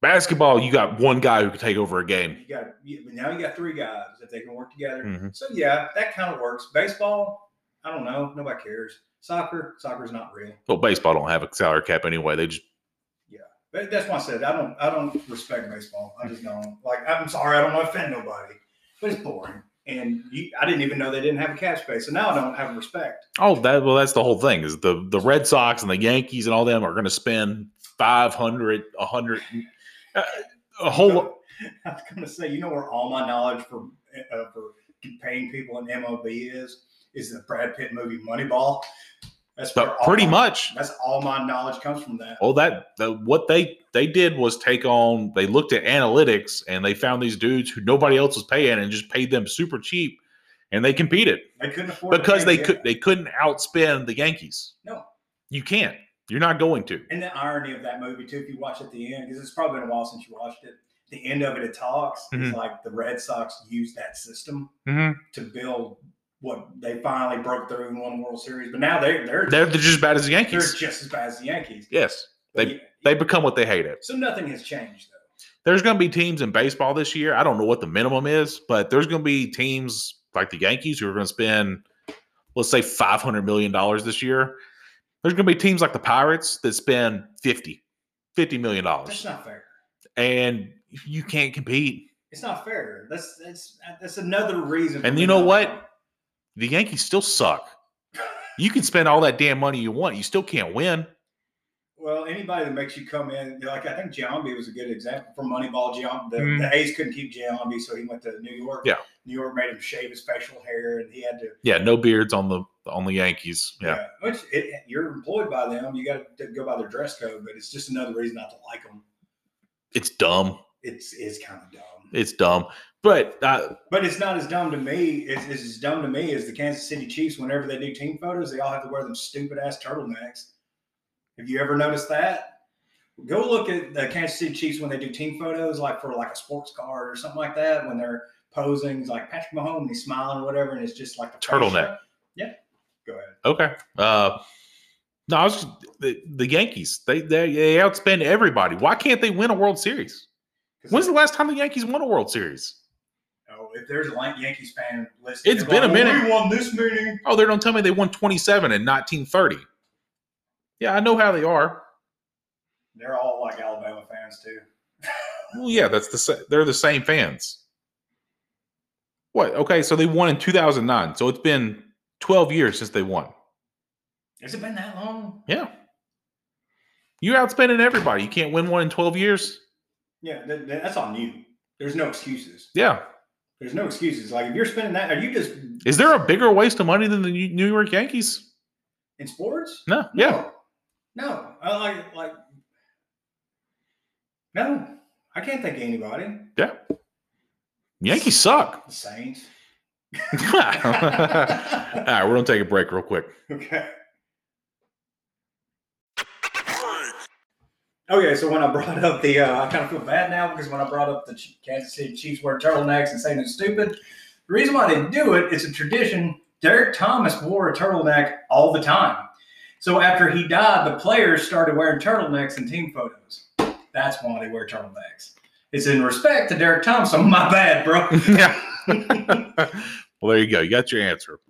[SPEAKER 1] Basketball, you got one guy who can take over a game.
[SPEAKER 2] You got you, but now you got three guys that they can work together.
[SPEAKER 1] Mhm.
[SPEAKER 2] So yeah, that kind of works. Baseball, I don't know, nobody cares. Soccer, soccer's not real.
[SPEAKER 1] Well, baseball don't have a salary cap anyway. They just
[SPEAKER 2] But that's why I said I don't I don't respect baseball. I just don't like. I'm sorry, I don't want to offend nobody, but it's boring. And you, I didn't even know they didn't have a cap space, so now I don't have respect.
[SPEAKER 1] oh that well that's the whole thing is the the Red Sox and the Yankees and all them are going to spend 500 100 uh, a whole lot.
[SPEAKER 2] <laughs> I was going to say, you know where all my knowledge for uh, for paying people in MLB is is the Brad Pitt movie Moneyball. That's where
[SPEAKER 1] But
[SPEAKER 2] all
[SPEAKER 1] pretty
[SPEAKER 2] my-
[SPEAKER 1] much
[SPEAKER 2] That's all my knowledge comes from that.
[SPEAKER 1] well that the, what they they did was take on they looked at analytics and they found these dudes who nobody else was paying and just paid them super cheap and they competed
[SPEAKER 2] They couldn't afford to
[SPEAKER 1] because
[SPEAKER 2] pay
[SPEAKER 1] they
[SPEAKER 2] me.
[SPEAKER 1] could they couldn't outspend the Yankees.
[SPEAKER 2] No.
[SPEAKER 1] You can't. You're not going to.
[SPEAKER 2] And the irony of that movie too, if you watch at the end, because it's probably been a while since you watched it. The end of it, it talks
[SPEAKER 1] Mhm.
[SPEAKER 2] is like the Red Sox used that system
[SPEAKER 1] Mhm.
[SPEAKER 2] to build what they finally broke through and won the World Series. But now they're they're
[SPEAKER 1] They're, they're just as bad as the
[SPEAKER 2] they're
[SPEAKER 1] Yankees.
[SPEAKER 2] just as bad as the Yankees.
[SPEAKER 1] Yes,
[SPEAKER 2] But
[SPEAKER 1] They-
[SPEAKER 2] yeah,
[SPEAKER 1] they become what they hate it.
[SPEAKER 2] so nothing has changed though.
[SPEAKER 1] There's going to be teams in baseball this year. I don't know what the minimum is, but there's going to be teams like the Yankees who are going to spend, let's say, five hundred million dollars this year. There's going to be teams like the Pirates that spend 50 $50 million
[SPEAKER 2] That's
[SPEAKER 1] dollars,
[SPEAKER 2] not fair.
[SPEAKER 1] and you can't compete.
[SPEAKER 2] It's not fair. That's that's that's another reason.
[SPEAKER 1] And
[SPEAKER 2] for
[SPEAKER 1] you
[SPEAKER 2] me
[SPEAKER 1] know
[SPEAKER 2] not-
[SPEAKER 1] what? The Yankees still suck. You can spend all that damn money you want, you still can't win.
[SPEAKER 2] Well, anybody that makes you come in, like I think Giambi was a good example from Moneyball. Giambi, the,
[SPEAKER 1] Mhm.
[SPEAKER 2] the A's couldn't keep Giambi, so he went to New York.
[SPEAKER 1] Yeah.
[SPEAKER 2] New York made him shave his facial hair, and he had to.
[SPEAKER 1] Yeah, no beards on the on the Yankees. Yeah.
[SPEAKER 2] Which it, you're employed by them, you got to go by their dress code, but it's just another reason not to like them.
[SPEAKER 1] it's dumb.
[SPEAKER 2] It's it's kind of dumb,
[SPEAKER 1] It's dumb. But uh,
[SPEAKER 2] but it's not as dumb to me. It's, it's as dumb to me as the Kansas City Chiefs. Whenever they do team photos, they all have to wear them stupid ass turtlenecks. Have you ever noticed that? Go look at the Kansas City Chiefs when they do team photos, like for like a sports card or something like that. When they're posing, it's like Patrick Mahomes, and he's smiling or whatever, and it's just like the
[SPEAKER 1] Turtleneck.
[SPEAKER 2] Yeah. Go ahead.
[SPEAKER 1] Okay. Uh, no, I was just, the, the Yankees. They, they they outspend everybody. Why can't they win a World Series?
[SPEAKER 2] 'Cause
[SPEAKER 1] When's the last time the Yankees won a World Series?
[SPEAKER 2] Oh, if there's a Lan- Yankees fan listening,
[SPEAKER 1] It's
[SPEAKER 2] they're
[SPEAKER 1] been a
[SPEAKER 2] "Well,
[SPEAKER 1] minute."
[SPEAKER 2] We won this meeting.
[SPEAKER 1] Oh, they don't tell me they won 27 in 1930. Yeah, I know how they are.
[SPEAKER 2] They're all like Alabama fans too.
[SPEAKER 1] Well, yeah, that's the sa- they're the same fans. What? Okay, so they won in 2009. So it's been 12 years since they won.
[SPEAKER 2] Has it been that long?
[SPEAKER 1] Yeah. You're outspending everybody. You can't win one in 12 years.
[SPEAKER 2] Yeah, that, that- that's on you. There's no excuses.
[SPEAKER 1] Yeah.
[SPEAKER 2] There's no excuses. Like if you're spending that, are you just
[SPEAKER 1] Is there a bigger waste of money than the New New York Yankees?
[SPEAKER 2] in sports?
[SPEAKER 1] No. Yeah.
[SPEAKER 2] No, no. I like like no. I can't think of anybody.
[SPEAKER 1] Yankees suck. <laughs>
[SPEAKER 2] The Saints. <laughs>
[SPEAKER 1] All right, we're going to take a break real quick. <laughs>
[SPEAKER 2] Okay. Okay, so when I brought up the, uh, I kind of feel bad now because when I brought up the Ch- Kansas City Chiefs wearing turtlenecks and saying it's stupid, the reason why they do it, it's a tradition. Derek Thomas wore a turtleneck all the time. So after he died, the players started wearing turtlenecks in team photos. That's why they wear turtlenecks. It's in respect to Derek Thomas. So my bad, bro. <laughs>
[SPEAKER 1] yeah. well, there you go. You got your answer.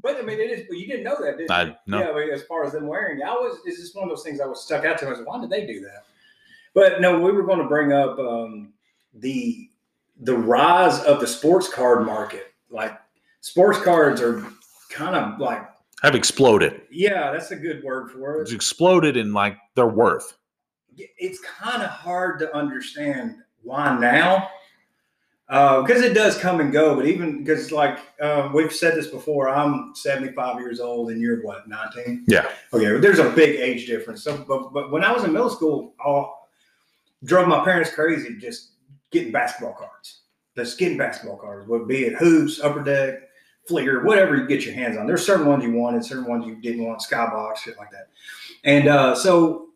[SPEAKER 2] But I mean, it is. But you didn't know that, did you?
[SPEAKER 1] I no.
[SPEAKER 2] Yeah, I mean, as far as them wearing, I was. It's just one of those things I was stuck out to. I was like, why did they do that? But no, we were going to bring up um, the the rise of the sports card market. Like sports cards are kind of like,
[SPEAKER 1] Have exploded.
[SPEAKER 2] yeah, that's a good word for
[SPEAKER 1] It's
[SPEAKER 2] it.
[SPEAKER 1] exploded in like their worth.
[SPEAKER 2] It's kind of hard to understand why now. Because it does come and go, but even because, like, um, we've said this before, I'm 75 years old and you're what, 19?
[SPEAKER 1] Yeah.
[SPEAKER 2] Okay, but there's a big age difference. So, but, but when I was in middle school, I drove my parents crazy just getting basketball cards. Just getting basketball cards, would be it hoops, upper deck, flicker, whatever you get your hands on. There's certain ones you wanted, certain ones you didn't want, skybox, shit like that. And uh, so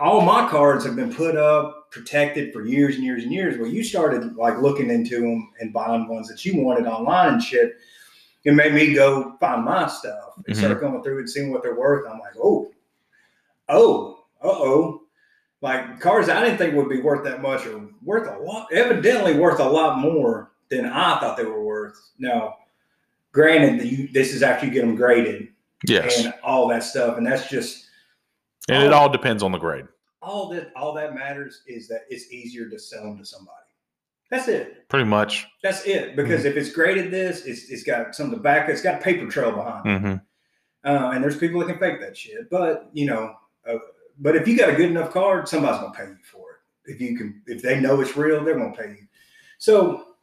[SPEAKER 2] all my cards have been put up, protected for years and years and years. Well, you started like looking into them and buying ones that you wanted online and shit. It made me go find my stuff and start going through and seeing what they're worth. I'm like, oh, oh, uh oh. Like cars I didn't think would be worth that much or worth a lot, evidently worth a lot more than I thought they were worth. Now, granted, that you, this is after you get them graded
[SPEAKER 1] Yes.
[SPEAKER 2] and all that stuff. And that's just
[SPEAKER 1] And it all depends on the grade.
[SPEAKER 2] all that all that matters is that it's easier to sell them to somebody. That's it.
[SPEAKER 1] Pretty much.
[SPEAKER 2] That's it. Because if it's graded this, it's, it's got some to back. it. It's got paper trail behind it.
[SPEAKER 1] Mm-hmm.
[SPEAKER 2] Uh, and there's people that can fake that shit. But you know, uh, but if you got a good enough card, somebody's gonna pay you for it. If you can, if they know it's real, they're gonna pay you. So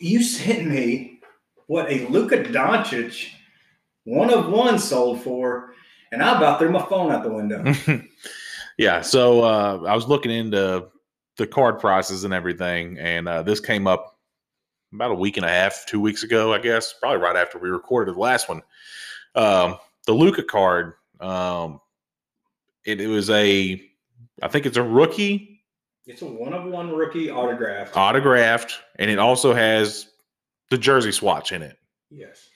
[SPEAKER 2] you sent me what a Luka Doncic one of one sold for, and I about threw my phone out the
[SPEAKER 1] <laughs>
[SPEAKER 2] window.
[SPEAKER 1] yeah. So uh, I was looking into the card prices and everything, and uh, this came up about a week and a half, two weeks ago, I guess, probably right after we recorded the last one. Um, the Luca card. Um, it, it was a, I think it's a rookie
[SPEAKER 2] it's a one of one rookie autograph.
[SPEAKER 1] Uh, autographed, and it also has the jersey swatch in it.
[SPEAKER 2] yes.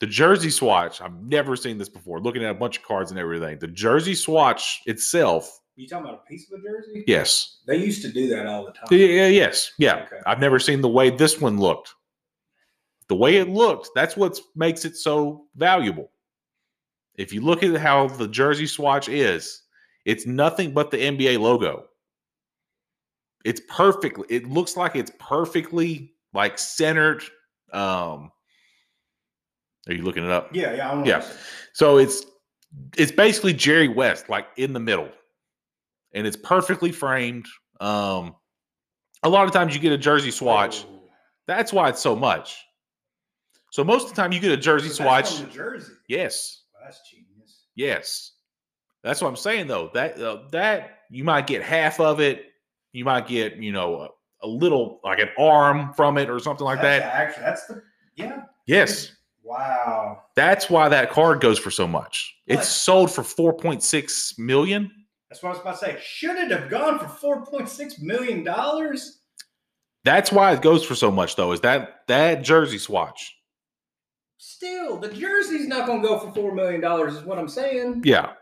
[SPEAKER 1] The jersey swatch, I've never seen this before. Looking at a bunch of cards and everything, the jersey swatch itself,
[SPEAKER 2] You talking about a piece of a jersey?
[SPEAKER 1] yes,
[SPEAKER 2] They used to do that all the time.
[SPEAKER 1] Yeah, yeah, yes, yeah.
[SPEAKER 2] Okay.
[SPEAKER 1] I've never seen the way this one looked. The way it looked, that's what makes it so valuable. If you look at how the jersey swatch is, it's nothing but the NBA logo. It's perfectly. It looks like it's perfectly like centered. Um, are you looking it up?
[SPEAKER 2] Yeah, yeah, I don't know.
[SPEAKER 1] Yeah. So it's it's basically Jerry West, like in the middle, and it's perfectly framed. Um, a lot of times you get a jersey swatch.
[SPEAKER 2] Oh.
[SPEAKER 1] That's why it's so much. So most of the time you get a jersey
[SPEAKER 2] So that's
[SPEAKER 1] swatch.
[SPEAKER 2] from the jersey.
[SPEAKER 1] Yes,
[SPEAKER 2] Well, that's genius.
[SPEAKER 1] yes. That's what I'm saying though. That uh, that you might get half of it. You might get you know a, a little like an arm from it or something like
[SPEAKER 2] that's
[SPEAKER 1] that.
[SPEAKER 2] Actually, that's the yeah.
[SPEAKER 1] Yes.
[SPEAKER 2] Wow,
[SPEAKER 1] That's why that card goes for so much.
[SPEAKER 2] What?
[SPEAKER 1] It's sold for 4.6 million.
[SPEAKER 2] that's what I was about to say. Should it have gone for four point six million dollars?
[SPEAKER 1] That's why it goes for so much, though, is that that jersey swatch.
[SPEAKER 2] Still, the jersey's not going to go for four million dollars. Is what I'm saying.
[SPEAKER 1] Yeah.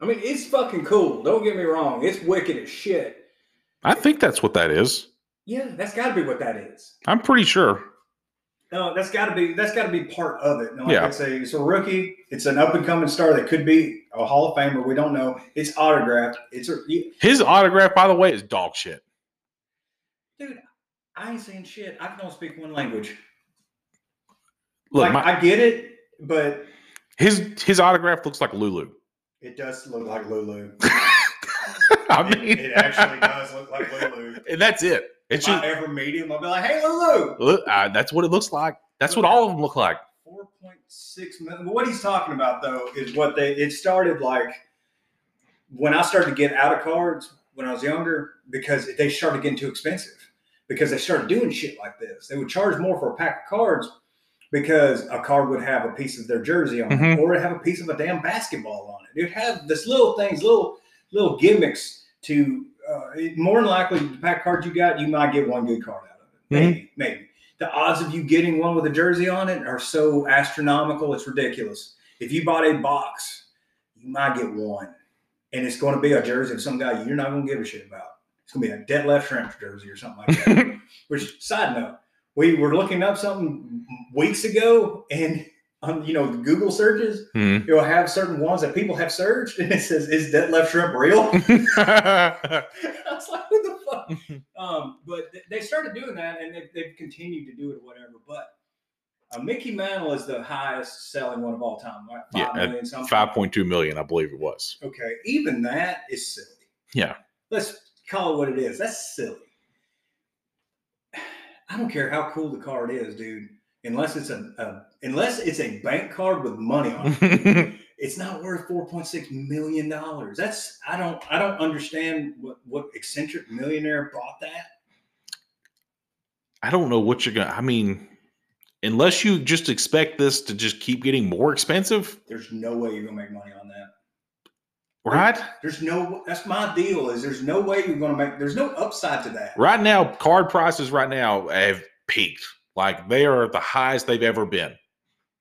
[SPEAKER 2] I mean, it's fucking cool. Don't get me wrong. It's wicked as shit.
[SPEAKER 1] I think that's what that is.
[SPEAKER 2] Yeah, that's got to be what that is.
[SPEAKER 1] I'm pretty sure.
[SPEAKER 2] No, that's got to be that's got to be part of it. No, like
[SPEAKER 1] Yeah.
[SPEAKER 2] I say, it's a rookie. It's an up and coming star that could be a Hall of Famer. We don't know. It's autographed. It's a
[SPEAKER 1] His autograph, by the way, is dog shit.
[SPEAKER 2] dude. I ain't saying shit. I can only speak one language.
[SPEAKER 1] Look,
[SPEAKER 2] like,
[SPEAKER 1] my,
[SPEAKER 2] I get it, but
[SPEAKER 1] his his autograph looks like Lulu. <laughs>
[SPEAKER 2] it does look like Lulu.
[SPEAKER 1] I
[SPEAKER 2] It-
[SPEAKER 1] mean,
[SPEAKER 2] it, actually does look like Lulu.
[SPEAKER 1] and that's it. It's
[SPEAKER 2] If
[SPEAKER 1] just
[SPEAKER 2] I ever meet him, I'll be like, "Hey, Lulu."
[SPEAKER 1] look, uh, that's what it looks like. That's what all of them look like.
[SPEAKER 2] Four point six million. What he's talking about though is what they. It started like when I started to get out of cards when I was younger because they started getting too expensive because they started doing shit like this. They would charge more for a pack of cards because a card would have a piece of their jersey on it
[SPEAKER 1] Mhm.
[SPEAKER 2] or it have a piece of a damn basketball on it. It would have this little things, little little gimmicks to. Uh, it- more than likely, the pack of cards you got, you might get one good card out of it. Maybe, maybe the odds of you getting one with a jersey on it are so astronomical, it's ridiculous. If you bought a box, you might get one. And it's going to be a jersey of some guy you're not going to give a shit about. It's going to be a dead left shrimp jersey or something like that. Which, side note, we were looking up something weeks ago and on, you know, the Google searches,
[SPEAKER 1] Mhm.
[SPEAKER 2] it'll have certain ones that people have searched <laughs> and it says, is dead left shrimp real? <laughs> I was like, what the fuck? um, but th- they started doing that, and they've, they've continued to do it, or whatever. But uh, Mickey Mantle is the highest selling one of all time, right?
[SPEAKER 1] Yeah,
[SPEAKER 2] Five
[SPEAKER 1] at
[SPEAKER 2] million
[SPEAKER 1] <laughs>
[SPEAKER 2] something.
[SPEAKER 1] Five point two million, I believe it was. <laughs>
[SPEAKER 2] Okay, even that is silly.
[SPEAKER 1] Yeah.
[SPEAKER 2] Let's call it what it is. That's silly. I don't care how cool the card is, dude. Unless it's a, a unless it's a bank card with money on
[SPEAKER 1] <laughs>
[SPEAKER 2] it, it's not worth four point six million dollars. That's I don't I don't understand what what eccentric millionaire bought that.
[SPEAKER 1] I don't know what you're gonna. I mean, unless you just expect this to just keep getting more expensive,
[SPEAKER 2] There's no way you're gonna make money on that.
[SPEAKER 1] right?
[SPEAKER 2] There's no that's my deal is there's no way you're gonna make there's no upside to that.
[SPEAKER 1] Right now, card prices right now have peaked. Like they are at the highest they've ever been.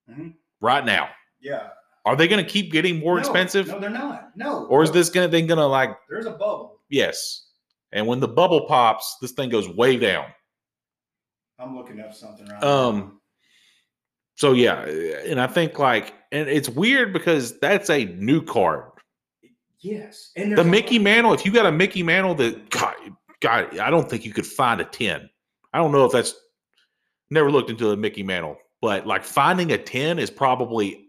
[SPEAKER 1] Mm-hmm.
[SPEAKER 2] Mhm.
[SPEAKER 1] Right now,
[SPEAKER 2] Yeah.
[SPEAKER 1] are they gonna keep getting more
[SPEAKER 2] No,
[SPEAKER 1] expensive,
[SPEAKER 2] No, they're not. No.
[SPEAKER 1] or is this gonna then gonna like
[SPEAKER 2] there's a bubble.
[SPEAKER 1] yes? And when the bubble pops, this thing goes way down.
[SPEAKER 2] I'm looking up something right
[SPEAKER 1] Um, So yeah, and I think like, and it's weird because that's a new card.
[SPEAKER 2] now. Yes. And there's
[SPEAKER 1] The
[SPEAKER 2] a-
[SPEAKER 1] Mickey Mantle. If you got a Mickey Mantle, that God, God, I don't think you could find a ten. I don't know if that's never looked into a Mickey Mantle, but like finding a ten is probably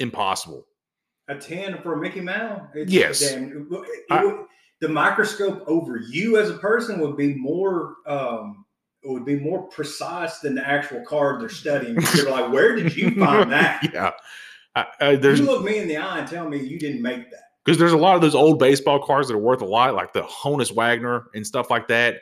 [SPEAKER 1] impossible. <laughs>
[SPEAKER 2] a 10 for a Mickey Mantle.
[SPEAKER 1] Yes.
[SPEAKER 2] damn- it- it
[SPEAKER 1] I-
[SPEAKER 2] would- the microscope over you as a person would be more um it would be more precise than the actual card they're studying.
[SPEAKER 1] <laughs>
[SPEAKER 2] They're like, where did you find that?
[SPEAKER 1] Yeah, I, I, there's
[SPEAKER 2] you look me in the eye and tell me you didn't make that.
[SPEAKER 1] because there's a lot of those old baseball cards that are worth a lot, like the Honus Wagner and stuff like that,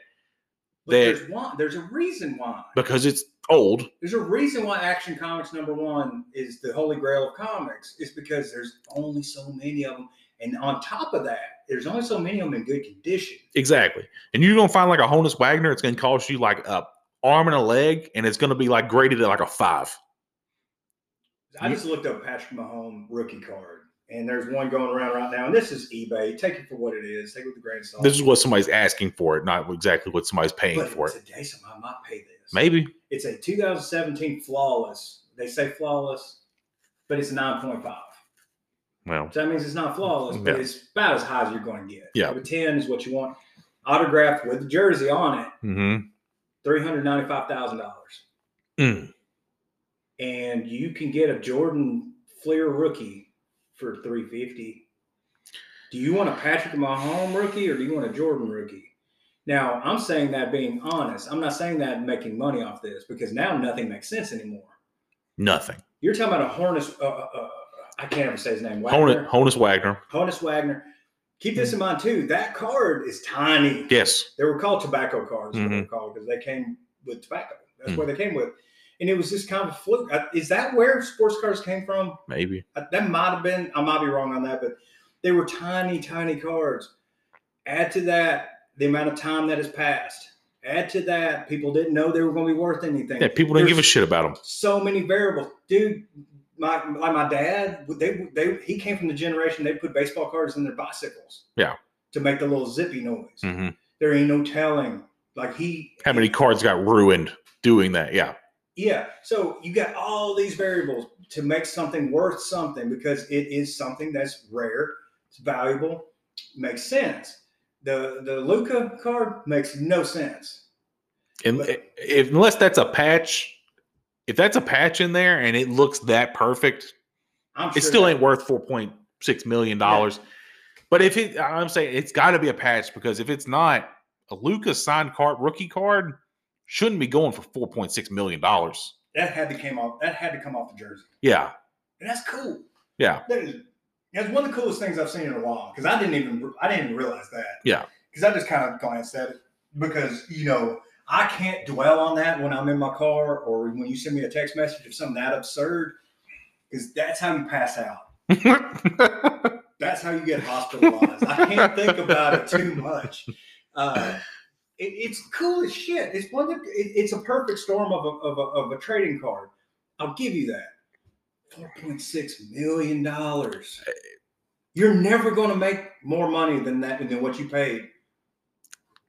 [SPEAKER 2] But
[SPEAKER 1] They-
[SPEAKER 2] there's why. There's a reason why.
[SPEAKER 1] because it's old.
[SPEAKER 2] There's a reason why Action Comics number one is the holy grail of comics. It's because there's only so many of them, and on top of that, there's only so many of them in good condition.
[SPEAKER 1] Exactly. And you're gonna find like a Honus Wagner, it's gonna cost you like a arm and a leg, and it's gonna be like graded at like a five.
[SPEAKER 2] I just looked up Patrick Mahomes rookie card, and there's one going around right now. And this is eBay. Take it for what it is. Take it with a grain of salt.
[SPEAKER 1] This is what somebody's asking for it, not exactly what somebody's paying
[SPEAKER 2] but
[SPEAKER 1] for it.
[SPEAKER 2] Today, somehow I might pay this.
[SPEAKER 1] Maybe.
[SPEAKER 2] It's a 2017 flawless. They say flawless, but it's 9.5.
[SPEAKER 1] Well,
[SPEAKER 2] So that means it's not flawless, but
[SPEAKER 1] Yeah.
[SPEAKER 2] it's about as high as you're going to get.
[SPEAKER 1] Yeah.
[SPEAKER 2] Like a 10 is what you want. Autographed with the jersey on it,
[SPEAKER 1] mm-hmm.
[SPEAKER 2] $395,000.
[SPEAKER 1] Hmm.
[SPEAKER 2] And you can get a Jordan Fleer rookie for 350. Do you want a Patrick Mahomes rookie or do you want a Jordan rookie? Now, I'm saying that being honest. I'm not saying that making money off this because now nothing makes sense anymore.
[SPEAKER 1] nothing.
[SPEAKER 2] You're talking about a Hornus. Uh, uh, uh, I can't ever say his name.
[SPEAKER 1] Honus,
[SPEAKER 2] Wagner?
[SPEAKER 1] Honus Wagner.
[SPEAKER 2] Honus Wagner. Keep this in
[SPEAKER 1] Hmm.
[SPEAKER 2] mind too. That card is tiny.
[SPEAKER 1] Yes.
[SPEAKER 2] They were called tobacco cards.
[SPEAKER 1] Mm-hmm.
[SPEAKER 2] What they were called because they came with tobacco. That's
[SPEAKER 1] Hmm.
[SPEAKER 2] what they came with, and it was just kind of a fluke. Uh, Is that where sports cards came from?
[SPEAKER 1] Maybe.
[SPEAKER 2] Uh, That might have been. I might be wrong on that, but they were tiny, tiny cards. Add to that the amount of time that has passed. Add to that, people didn't know they were going to be worth anything.
[SPEAKER 1] Yeah, people didn't give a
[SPEAKER 2] There's
[SPEAKER 1] shit about them.
[SPEAKER 2] So many variables, dude. My like my dad, they they he came from the generation they put baseball cards in their bicycles.
[SPEAKER 1] Yeah.
[SPEAKER 2] To make the little zippy noise.
[SPEAKER 1] hmm
[SPEAKER 2] There ain't no telling. Like he.
[SPEAKER 1] How many cards got ruined doing that? Yeah.
[SPEAKER 2] Yeah. So you got all these variables to make something worth something because it is something that's rare, it's valuable, makes sense. The the Luca card makes no sense.
[SPEAKER 1] And
[SPEAKER 2] But-
[SPEAKER 1] if, unless that's a patch, if that's a patch in there and it looks that perfect,
[SPEAKER 2] I'm
[SPEAKER 1] it
[SPEAKER 2] sure
[SPEAKER 1] still
[SPEAKER 2] that-
[SPEAKER 1] ain't worth four point six million dollars. But if it, I'm saying it's got to be a patch because if it's not, a Lucas signed card rookie card shouldn't be going for four point six million dollars.
[SPEAKER 2] that had to came off that had to come off the jersey.
[SPEAKER 1] Yeah,
[SPEAKER 2] And that's cool.
[SPEAKER 1] Yeah.
[SPEAKER 2] That is that's one of the coolest things I've seen in a while because I didn't even I didn't even realize that.
[SPEAKER 1] Yeah.
[SPEAKER 2] Because I just kind of glanced at it because you know I can't dwell on that when I'm in my car or when you send me a text message of something that absurd because that's how you
[SPEAKER 1] <laughs>
[SPEAKER 2] pass out. That's how you get hospitalized. I can't think about it too much. Uh, it, it's cool as shit. It's one. Of the, it, it's a perfect storm of a, of, a, of a trading card. I'll give you that. Four point six million dollars. You're never going to make more money than that than what you paid.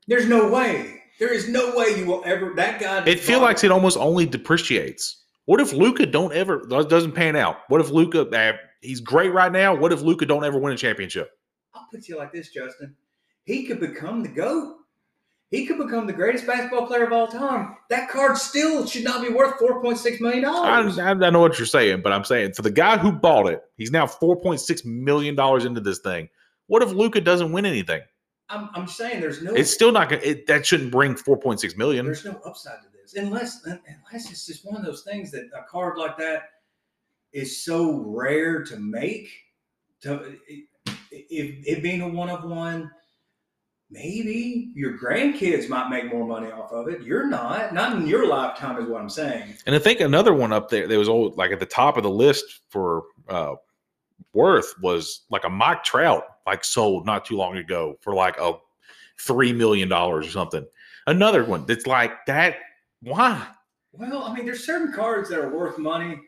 [SPEAKER 2] There's no way. There is no way you will ever. That guy.
[SPEAKER 1] it feel like it almost only depreciates. What if Luca don't ever doesn't pan out? What if Luca he's great right now? What if Luca don't ever win a championship?
[SPEAKER 2] I'll put you like this, Justin. He could become the GOAT. He could become the greatest basketball player of all time. That card still should not be worth $4.6 million.
[SPEAKER 1] I, I, I know what you're saying, but I'm saying for the guy who bought it, he's now four point six million dollars into this thing. What if Luca doesn't win anything?
[SPEAKER 2] I'm, I'm saying there's no
[SPEAKER 1] It's still not gonna. It, that shouldn't bring four point six million.
[SPEAKER 2] there's no upside to this. Unless unless it's just one of those things that a card like that is so rare to make. To if it being a one of one, maybe your grandkids might make more money off of it. You're not. Not in your lifetime is what I'm saying.
[SPEAKER 1] And I think another one up there that was old, like at the top of the list for uh, worth was like a Mike Trout, like sold not too long ago for like a three million dollars or something. Another one that's like that. Why?
[SPEAKER 2] Well, I mean, there's certain cards that are worth money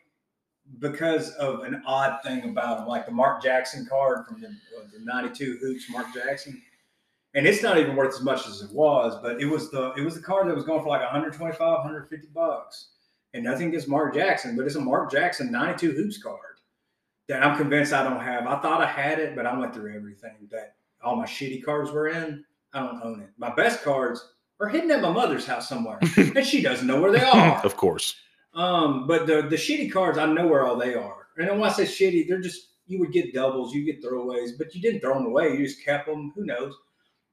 [SPEAKER 2] because of an odd thing about them, like the Mark Jackson card from the, uh, the '92 Hoops, Mark Jackson, and it's not even worth as much as it was. But it was the it was the card that was going for like 125, 150 bucks, and nothing against Mark Jackson, but it's a Mark Jackson '92 Hoops card that I'm convinced I don't have. I thought I had it, but I went through everything that all my shitty cards were in. I don't own it. My best cards are hidden at my mother's house somewhere, and she doesn't know where they are.
[SPEAKER 1] <laughs> of course.
[SPEAKER 2] Um, but the the shitty cards, I know where all they are. And then when I say shitty, they're just you would get doubles, you get throwaways, but you didn't throw them away. You just kept them. Who knows?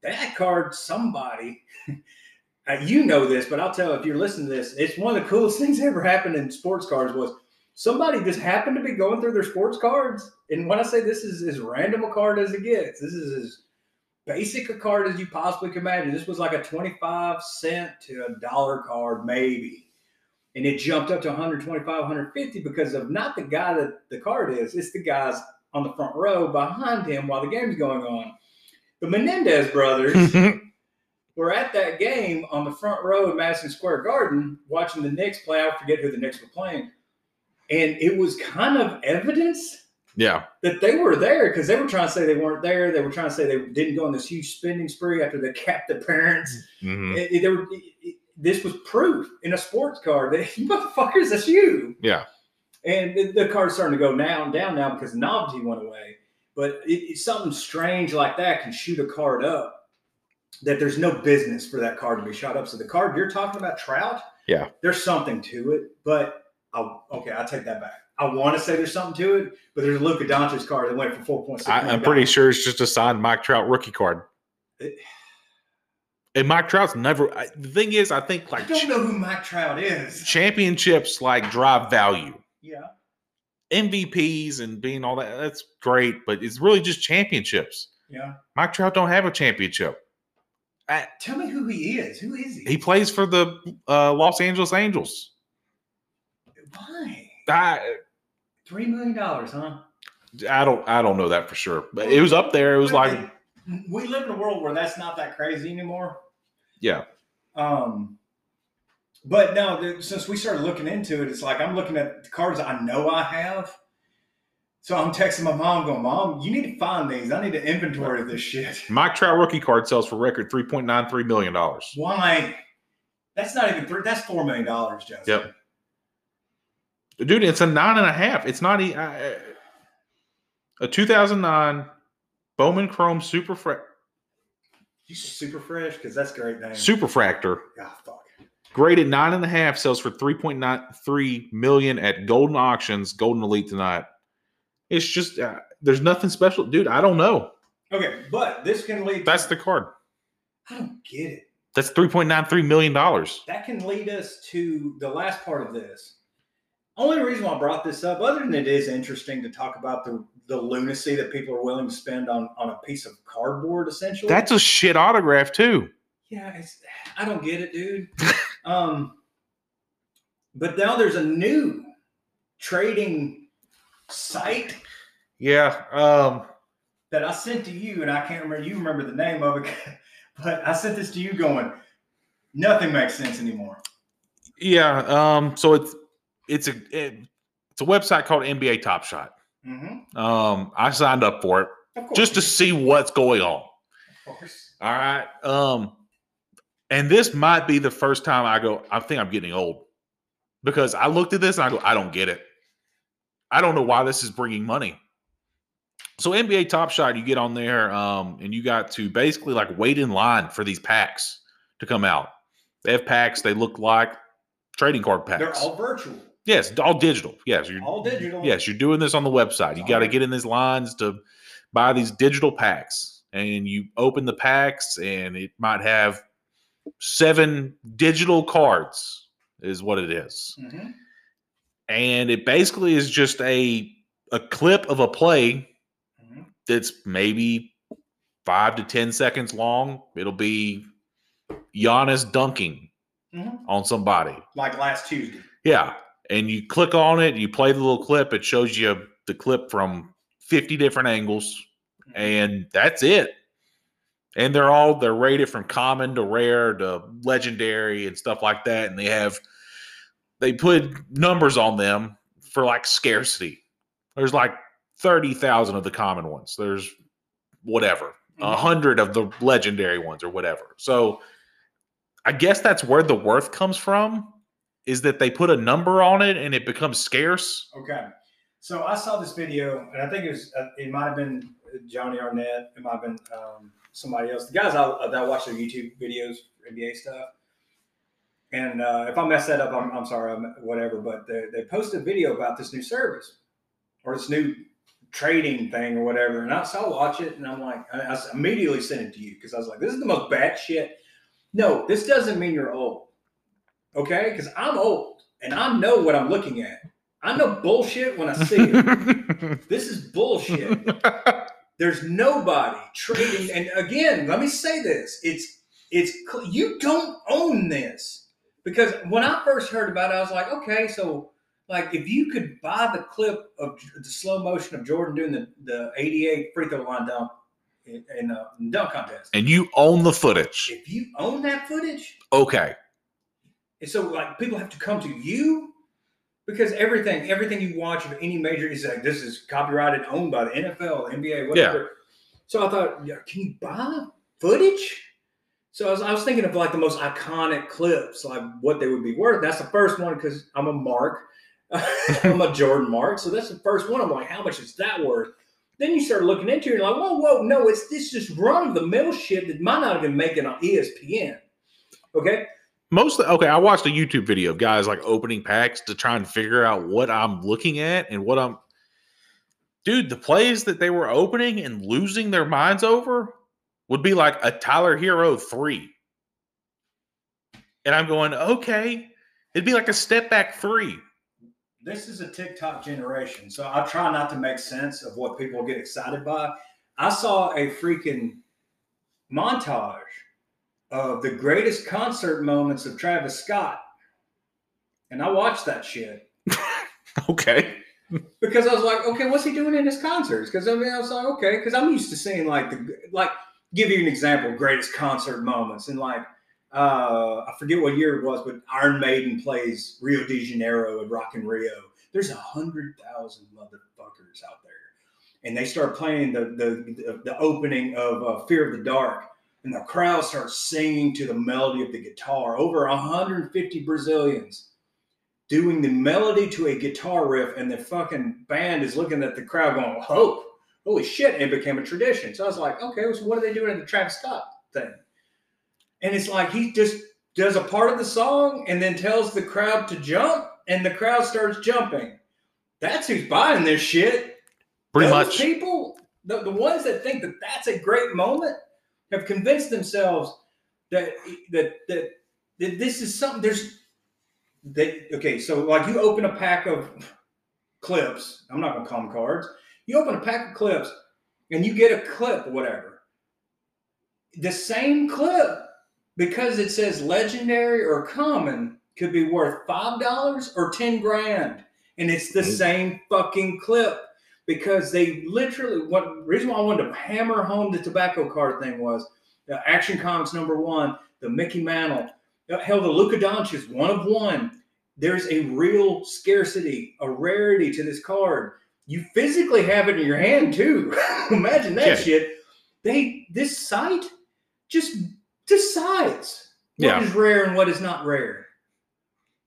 [SPEAKER 2] That card, somebody, uh, you know this, but I'll tell if you're listening to this, it's one of the coolest <laughs> things that ever happened in sports cards was somebody just happened to be going through their sports cards. And when I say this is as random a card as it gets, this is as basic a card as you possibly can imagine. This was like a 25 cent to a dollar card, maybe. And it jumped up to 125, 150 because of not the guy that the card is, it's the guys on the front row behind him while the game's going on. The Menendez
[SPEAKER 1] <laughs>
[SPEAKER 2] brothers were at that game on the front row in Madison Square Garden watching the Knicks play. I forget who the Knicks were playing. And it was kind of evidence
[SPEAKER 1] yeah.
[SPEAKER 2] that they were there because they were trying to say they weren't there. They were trying to say they didn't go on this huge spending spree after they capped the parents.
[SPEAKER 1] Mhm.
[SPEAKER 2] It- it- they were- it- it- this was proof in a sports card that <laughs> you motherfuckers, that's you.
[SPEAKER 1] Yeah.
[SPEAKER 2] And the, the card's starting to go down, down now because novelty went away. But it, it's something strange like that can shoot a card up that there's no business for that card to be shot up. So the card you're talking about, Trout,
[SPEAKER 1] Yeah.
[SPEAKER 2] there's something to it. But I okay, I take that back. I want to say there's something to it, but there's a Luka Doncic card that went for four point six.
[SPEAKER 1] I, I'm pretty sure it's just a signed Mike Trout rookie card.
[SPEAKER 2] It-
[SPEAKER 1] And Mike Trout's never. I, the thing is, I think
[SPEAKER 2] I
[SPEAKER 1] like
[SPEAKER 2] don't
[SPEAKER 1] ch-
[SPEAKER 2] know who Mike Trout is.
[SPEAKER 1] championships like drive value,
[SPEAKER 2] Yeah.
[SPEAKER 1] MVPs, and being all that. That's great, but it's really just championships.
[SPEAKER 2] Yeah.
[SPEAKER 1] Mike Trout don't have a championship.
[SPEAKER 2] Tell me who he is. Who is he?
[SPEAKER 1] He plays for the uh, Los Angeles Angels.
[SPEAKER 2] Why?
[SPEAKER 1] I
[SPEAKER 2] Three million dollars, huh?
[SPEAKER 1] I don't I don't know that for sure, but it was up there. It was like
[SPEAKER 2] we live in a world where that's not that crazy anymore.
[SPEAKER 1] Yeah.
[SPEAKER 2] Um, but no, dude, since we started looking into it, it's like I'm looking at the cards I know I have. So I'm texting my mom, going, "Mom, you need to find these. I need to inventory this shit."
[SPEAKER 1] Mike Trout rookie card sells for record three point nine three million dollars.
[SPEAKER 2] Why? That's not even three. That's four million dollars, Justin.
[SPEAKER 1] Yep. Dude, it's a nine and a half. It's not e- I- I- a two thousand nine Bowman Chrome Super Fra-
[SPEAKER 2] You super fresh because that's a great name.
[SPEAKER 1] Superfractor
[SPEAKER 2] Ah, fuck.
[SPEAKER 1] graded nine and a half sells for three point nine three million at Golden Auctions. Golden Elite tonight. It's just uh, there's nothing special, dude. I don't know.
[SPEAKER 2] Okay, but this can lead.
[SPEAKER 1] That's the card.
[SPEAKER 2] I don't get it.
[SPEAKER 1] That's three point nine three million dollars.
[SPEAKER 2] That can lead us to the last part of this. Only reason why I brought this up, other than it is interesting to talk about the, the lunacy that people are willing to spend on, on a piece of cardboard, essentially.
[SPEAKER 1] That's a shit autograph too.
[SPEAKER 2] yeah, it's, I don't get it, dude. <laughs> um, but now there's a new trading site
[SPEAKER 1] Yeah. Um.
[SPEAKER 2] that I sent to you, and I can't remember. You remember the name of it, <laughs> but I sent this to you, going, nothing makes sense anymore.
[SPEAKER 1] Yeah. Um. So it's it's a it- it's a website called NBA Top Shot.
[SPEAKER 2] Mm-hmm.
[SPEAKER 1] Um. I signed up for it
[SPEAKER 2] Of course,
[SPEAKER 1] just to see what's going on.
[SPEAKER 2] of course.
[SPEAKER 1] All right. Um, and this might be the first time I go, I think I'm getting old because I looked at this and I go, I don't get it. I don't know why this is bringing money. So NBA Top Shot, you get on there um, and you got to basically like wait in line for these packs to come out. They have packs. They look like trading card packs.
[SPEAKER 2] They're all virtual,
[SPEAKER 1] yes, all digital. Yes, you're
[SPEAKER 2] all digital.
[SPEAKER 1] Yes, you're doing this on the website. You got to
[SPEAKER 2] Alright.
[SPEAKER 1] get in these lines to buy these digital packs, and you open the packs, and it might have seven digital cards, is what it is.
[SPEAKER 2] hmm
[SPEAKER 1] And it basically is just a a clip of a play
[SPEAKER 2] hmm
[SPEAKER 1] that's maybe five to ten seconds long. It'll be Giannis dunking
[SPEAKER 2] Mhm.
[SPEAKER 1] on somebody.
[SPEAKER 2] Like last Tuesday. Mm-hmm.
[SPEAKER 1] Yeah. And you click on it, you play the little clip, it shows you the clip from 50 different angles, and that's it. And they're all they're rated from common to rare to legendary and stuff like that. And they have they put numbers on them for like scarcity. There's like 30,000 of the common ones. There's whatever a
[SPEAKER 2] Mhm.
[SPEAKER 1] hundred of the legendary ones or whatever. So I guess that's where the worth comes from is that they put a number on it and it becomes scarce.
[SPEAKER 2] Okay. So I saw this video, and I think it was uh, it might have been uh, Johnny Arnett, it might have been um, somebody else. The guys I, uh, that watch their YouTube videos, for NBA stuff. And uh, if I mess that up, I'm, I'm sorry, I'm whatever. But they, they posted a video about this new service or this new trading thing or whatever. And I saw watch it, and I'm like, I, I s- immediately sent it to you because I was like, this is the most bad shit. No, this doesn't mean you're old, okay? Because I'm old and I know what I'm looking at. I know bullshit when I <laughs> see it. This is bullshit. There's nobody trading. And again, let me say this: it's it's cl- you don't own this because when I first heard about it, I was like, okay, so like if you could buy the clip of J- the slow motion of Jordan doing the the 88 free throw line dunk in, in a dunk contest,
[SPEAKER 1] and you own the footage.
[SPEAKER 2] if you own that footage,
[SPEAKER 1] Okay.
[SPEAKER 2] and so like people have to come to you because everything, everything you watch of any major is like this is copyrighted, owned by the NFL, NBA, whatever. So I thought, yeah, can you buy footage? So I was, I was thinking of like the most iconic clips, like what they would be worth. That's the first one because I'm a mark. <laughs> I'm a Jordan mark. So that's the first one. I'm like, how much is that worth? Then you start looking into it, you're like, whoa, whoa, no, it's this just run of the mill shit that might not even make it on E ESPN. Okay.
[SPEAKER 1] Most okay, I watched a YouTube video of guys like opening packs to try and figure out what I'm looking at and what I'm Dude, the plays that they were opening and losing their minds over would be like a Tyler Hero 3. And I'm going, "Okay, it'd be like a step back 3."
[SPEAKER 2] this is a TikTok generation, so I try not to make sense of what people get excited by. I saw a freaking montage of the greatest concert moments of Travis Scott, and I watched that shit
[SPEAKER 1] Okay.
[SPEAKER 2] because I was like, okay, what's he doing in his concerts? Because I mean, I was like, okay, because I'm used to seeing like the like. Give you an example, greatest concert moments, and like uh, I forget what year it was, but Iron Maiden plays Rio de Janeiro at Rock and Rio. There's a hundred thousand motherfuckers out there, and they start playing the the the, the opening of uh, Fear of the Dark, and the crowd starts singing to the melody of the guitar. Over 150 Brazilians doing the melody to a guitar riff, and the fucking band is looking at the crowd going, "Hope, holy shit!" It became a tradition. So I was like, "Okay, so what are they doing in the Travis Scott thing?" and it's like he just does a part of the song and then tells the crowd to jump and the crowd starts jumping that's who's buying this shit
[SPEAKER 1] Pretty
[SPEAKER 2] Those
[SPEAKER 1] much.
[SPEAKER 2] people the, the ones that think that that's a great moment have convinced themselves that that that, that this is something there's that okay so like you open a pack of clips i'm not gonna call them cards you open a pack of clips and you get a clip or whatever the same clip because it says legendary or common could be worth five dollars or ten grand, and it's the
[SPEAKER 1] Mm.
[SPEAKER 2] same fucking clip because they literally what reason why I wanted to hammer home the tobacco card thing was the Action Comics number one, the Mickey Mantle, uh, hell the Luka Doncic one of one. There's a real scarcity, a rarity to this card. You physically have it in your hand too. <laughs> Imagine that
[SPEAKER 1] Yeah.
[SPEAKER 2] shit. They this site just decides what is
[SPEAKER 1] Yeah.
[SPEAKER 2] rare and what is not rare.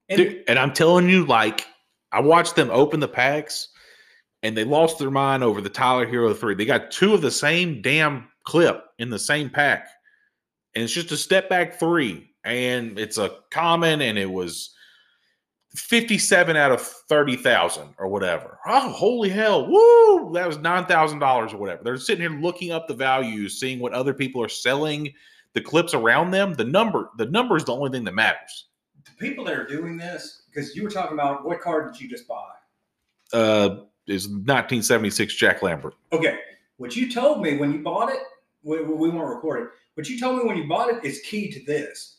[SPEAKER 2] And
[SPEAKER 1] Dude, and I'm telling you, like, I watched them open the packs and they lost their mind over the Tyler Hero 3. They got two of the same damn clip in the same pack. And it's just a step back three. And it's a common, and it was 57 out of 30,000 or whatever. Oh, holy hell. Woo! That was $9,000 or whatever. They're sitting here looking up the values, seeing what other people are selling, the clips around them. The number, the number is the only thing that matters.
[SPEAKER 2] the people that are doing this, because you were talking about what card did you just buy?
[SPEAKER 1] uh, is 1976 Jack Lambert.
[SPEAKER 2] Okay, what you told me when you bought it, we, we we weren't recorded. What you told me when you bought it is key to this.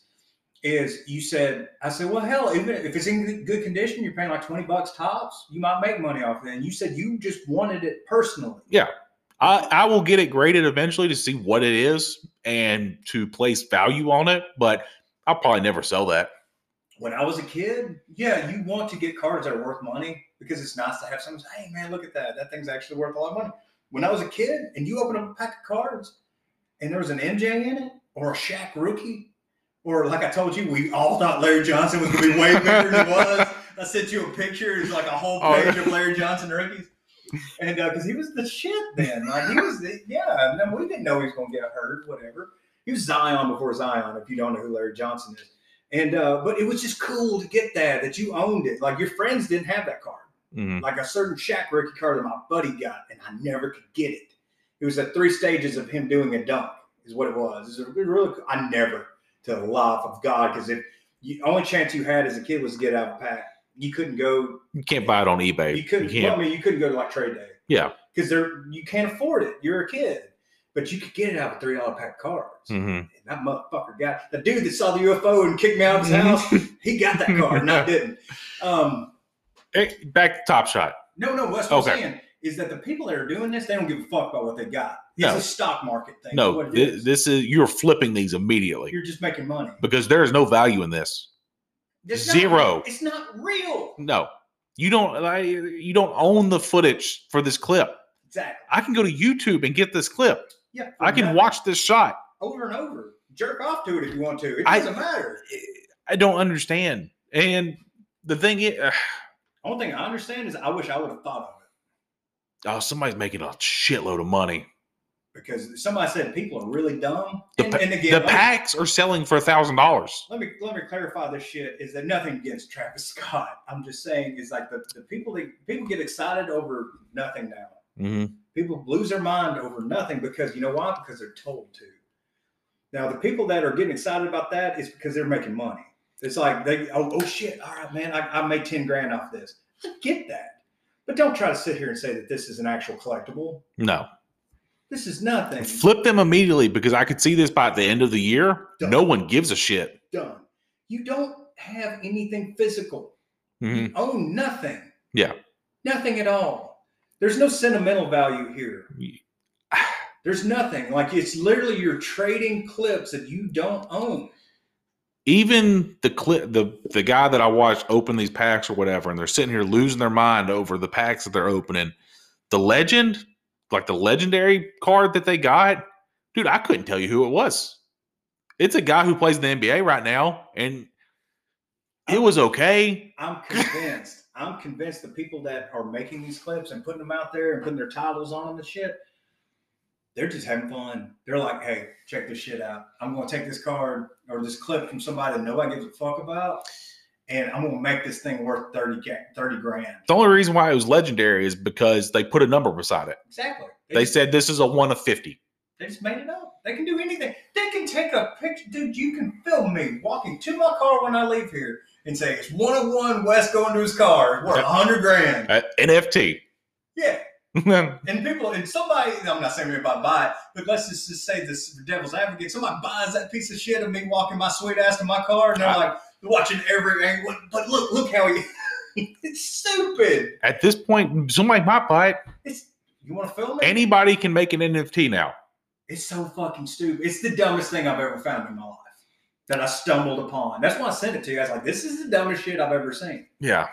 [SPEAKER 2] Is you said I said, well, hell, even if it's in good condition, you're paying like twenty bucks tops. You might make money off it. And you said you just wanted it personally.
[SPEAKER 1] I, I will get it graded eventually to see what it is and to place value on it, but I'll probably never sell that.
[SPEAKER 2] when I was a kid, yeah, you want to get cards that are worth money because it's nice to have someone say, hey, man, look at that. That thing's actually worth a lot of money. When I was a kid and you open up a pack of cards and there was an MJ in it or a Shaq rookie, or like I told you, we all thought Larry Johnson was going to be way bigger than he was. I sent you a picture. It's like a whole
[SPEAKER 1] Oh,
[SPEAKER 2] page of Larry Johnson rookies. And because he was the shit then. Like he was, the, yeah, no, we didn't know he was going to get hurt, whatever. He was Zion before Zion, if you don't know who Larry Johnson is. And uh, but it was just cool to get that that you owned it. Like your friends didn't have that card.
[SPEAKER 1] Mhm.
[SPEAKER 2] Like a certain Shaq rookie card that my buddy got, and I never could get it. It was the three stages of him doing a dunk, is what it was. It's a really cool. I never to the life of God because if you only chance you had as a kid was to get out of a pack, you couldn't go.
[SPEAKER 1] You can't buy it on eBay.
[SPEAKER 2] You couldn't. well,
[SPEAKER 1] can't.
[SPEAKER 2] I mean, you couldn't go to like trade day.
[SPEAKER 1] Yeah.
[SPEAKER 2] because they're you can't afford it. You're a kid, but you could get it out of a three dollar pack of cards.
[SPEAKER 1] Mhm.
[SPEAKER 2] And that motherfucker got the dude that saw the UFO and kicked me out of his
[SPEAKER 1] Mhm.
[SPEAKER 2] house. He got that
[SPEAKER 1] <laughs>
[SPEAKER 2] card, and I didn't. Um,
[SPEAKER 1] Hey, back to Top Shot.
[SPEAKER 2] no, no. What's what I'm
[SPEAKER 1] Okay.
[SPEAKER 2] saying is that the people that are doing this, they don't give a fuck about what they got. It's
[SPEAKER 1] No.
[SPEAKER 2] a stock market thing. is
[SPEAKER 1] No,
[SPEAKER 2] what it
[SPEAKER 1] thi-
[SPEAKER 2] is.
[SPEAKER 1] this is you're flipping these immediately
[SPEAKER 2] you're just making money.
[SPEAKER 1] because there is no value in this.
[SPEAKER 2] There's
[SPEAKER 1] Zero.
[SPEAKER 2] Not, it's not real.
[SPEAKER 1] No, you don't. Like, you don't own the footage for this clip.
[SPEAKER 2] Exactly.
[SPEAKER 1] I can go to YouTube and get this clip.
[SPEAKER 2] Yeah.
[SPEAKER 1] I can watch this shot.
[SPEAKER 2] over and over. Jerk off to it if you want to. It
[SPEAKER 1] I-
[SPEAKER 2] doesn't matter.
[SPEAKER 1] I don't understand. And the thing is,
[SPEAKER 2] Only thing I understand is I wish I would have thought of it.
[SPEAKER 1] oh, somebody's making a shitload of money.
[SPEAKER 2] because somebody said people are really dumb.
[SPEAKER 1] The
[SPEAKER 2] and,
[SPEAKER 1] pa-
[SPEAKER 2] and again,
[SPEAKER 1] The
[SPEAKER 2] let, me-
[SPEAKER 1] packs are selling for a thousand dollars.
[SPEAKER 2] let me let me clarify this shit is that nothing against Travis <laughs> Scott. I'm just saying is like the, the people that people get excited over nothing now. People lose their mind over nothing because you know why? Because they're told to. Now the people that are getting excited about that is because they're making money. It's like they oh, oh shit, all right, man, I, I made 10 grand off this. I get that. But don't try to sit here and say that this is an actual collectible.
[SPEAKER 1] No,
[SPEAKER 2] This is nothing.
[SPEAKER 1] flip them immediately because I could see this by the end of the year.
[SPEAKER 2] Done.
[SPEAKER 1] No one gives a shit.
[SPEAKER 2] done. You don't have anything physical.
[SPEAKER 1] Mhm.
[SPEAKER 2] You own nothing.
[SPEAKER 1] Yeah.
[SPEAKER 2] Nothing at all. There's no sentimental value here.
[SPEAKER 1] Ye-
[SPEAKER 2] There's nothing. Like it's literally you're trading clips that you don't own.
[SPEAKER 1] even the clip the the guy that I watched open these packs or whatever, and they're sitting here losing their mind over the packs that they're opening. The legend, like the legendary card that they got, dude, I couldn't tell you who it was. It's a guy who plays in the NBA right now, and it was okay.
[SPEAKER 2] I'm convinced. I'm convinced the people that are making these clips and putting them out there and putting their titles on them and shit, they're just having fun. They're like, hey, check this shit out. I'm gonna take this card or this clip from somebody that nobody gives a fuck about, and I'm gonna make this thing worth 30 ga- 30 grand.
[SPEAKER 1] The only reason why it was legendary is because they put a number beside it.
[SPEAKER 2] Exactly. They,
[SPEAKER 1] They
[SPEAKER 2] just,
[SPEAKER 1] said this is a one of fifty.
[SPEAKER 2] they just made it up. They can do anything. They can take a picture, dude. You can film me walking to my car when I leave here and say it's 101 West going to his car. It's worth
[SPEAKER 1] Yep.
[SPEAKER 2] 100 grand.
[SPEAKER 1] Uh, NFT.
[SPEAKER 2] Yeah. And people, and somebody, I'm not saying everybody buy it, but let's just, just say this for devil's advocate, somebody buys that piece of shit of me walking my sweet ass to my car and they're
[SPEAKER 1] I-
[SPEAKER 2] like, watching every angle. But look, look how he, <laughs> it's stupid.
[SPEAKER 1] <laughs> At this point, somebody might buy it.
[SPEAKER 2] It's, you want to film it?
[SPEAKER 1] Anybody can make an NFT now.
[SPEAKER 2] it's so fucking stupid. It's the dumbest thing I've ever found in my life that I stumbled upon. That's why I sent it to you. I was like, this is the dumbest shit I've ever seen.
[SPEAKER 1] Yeah.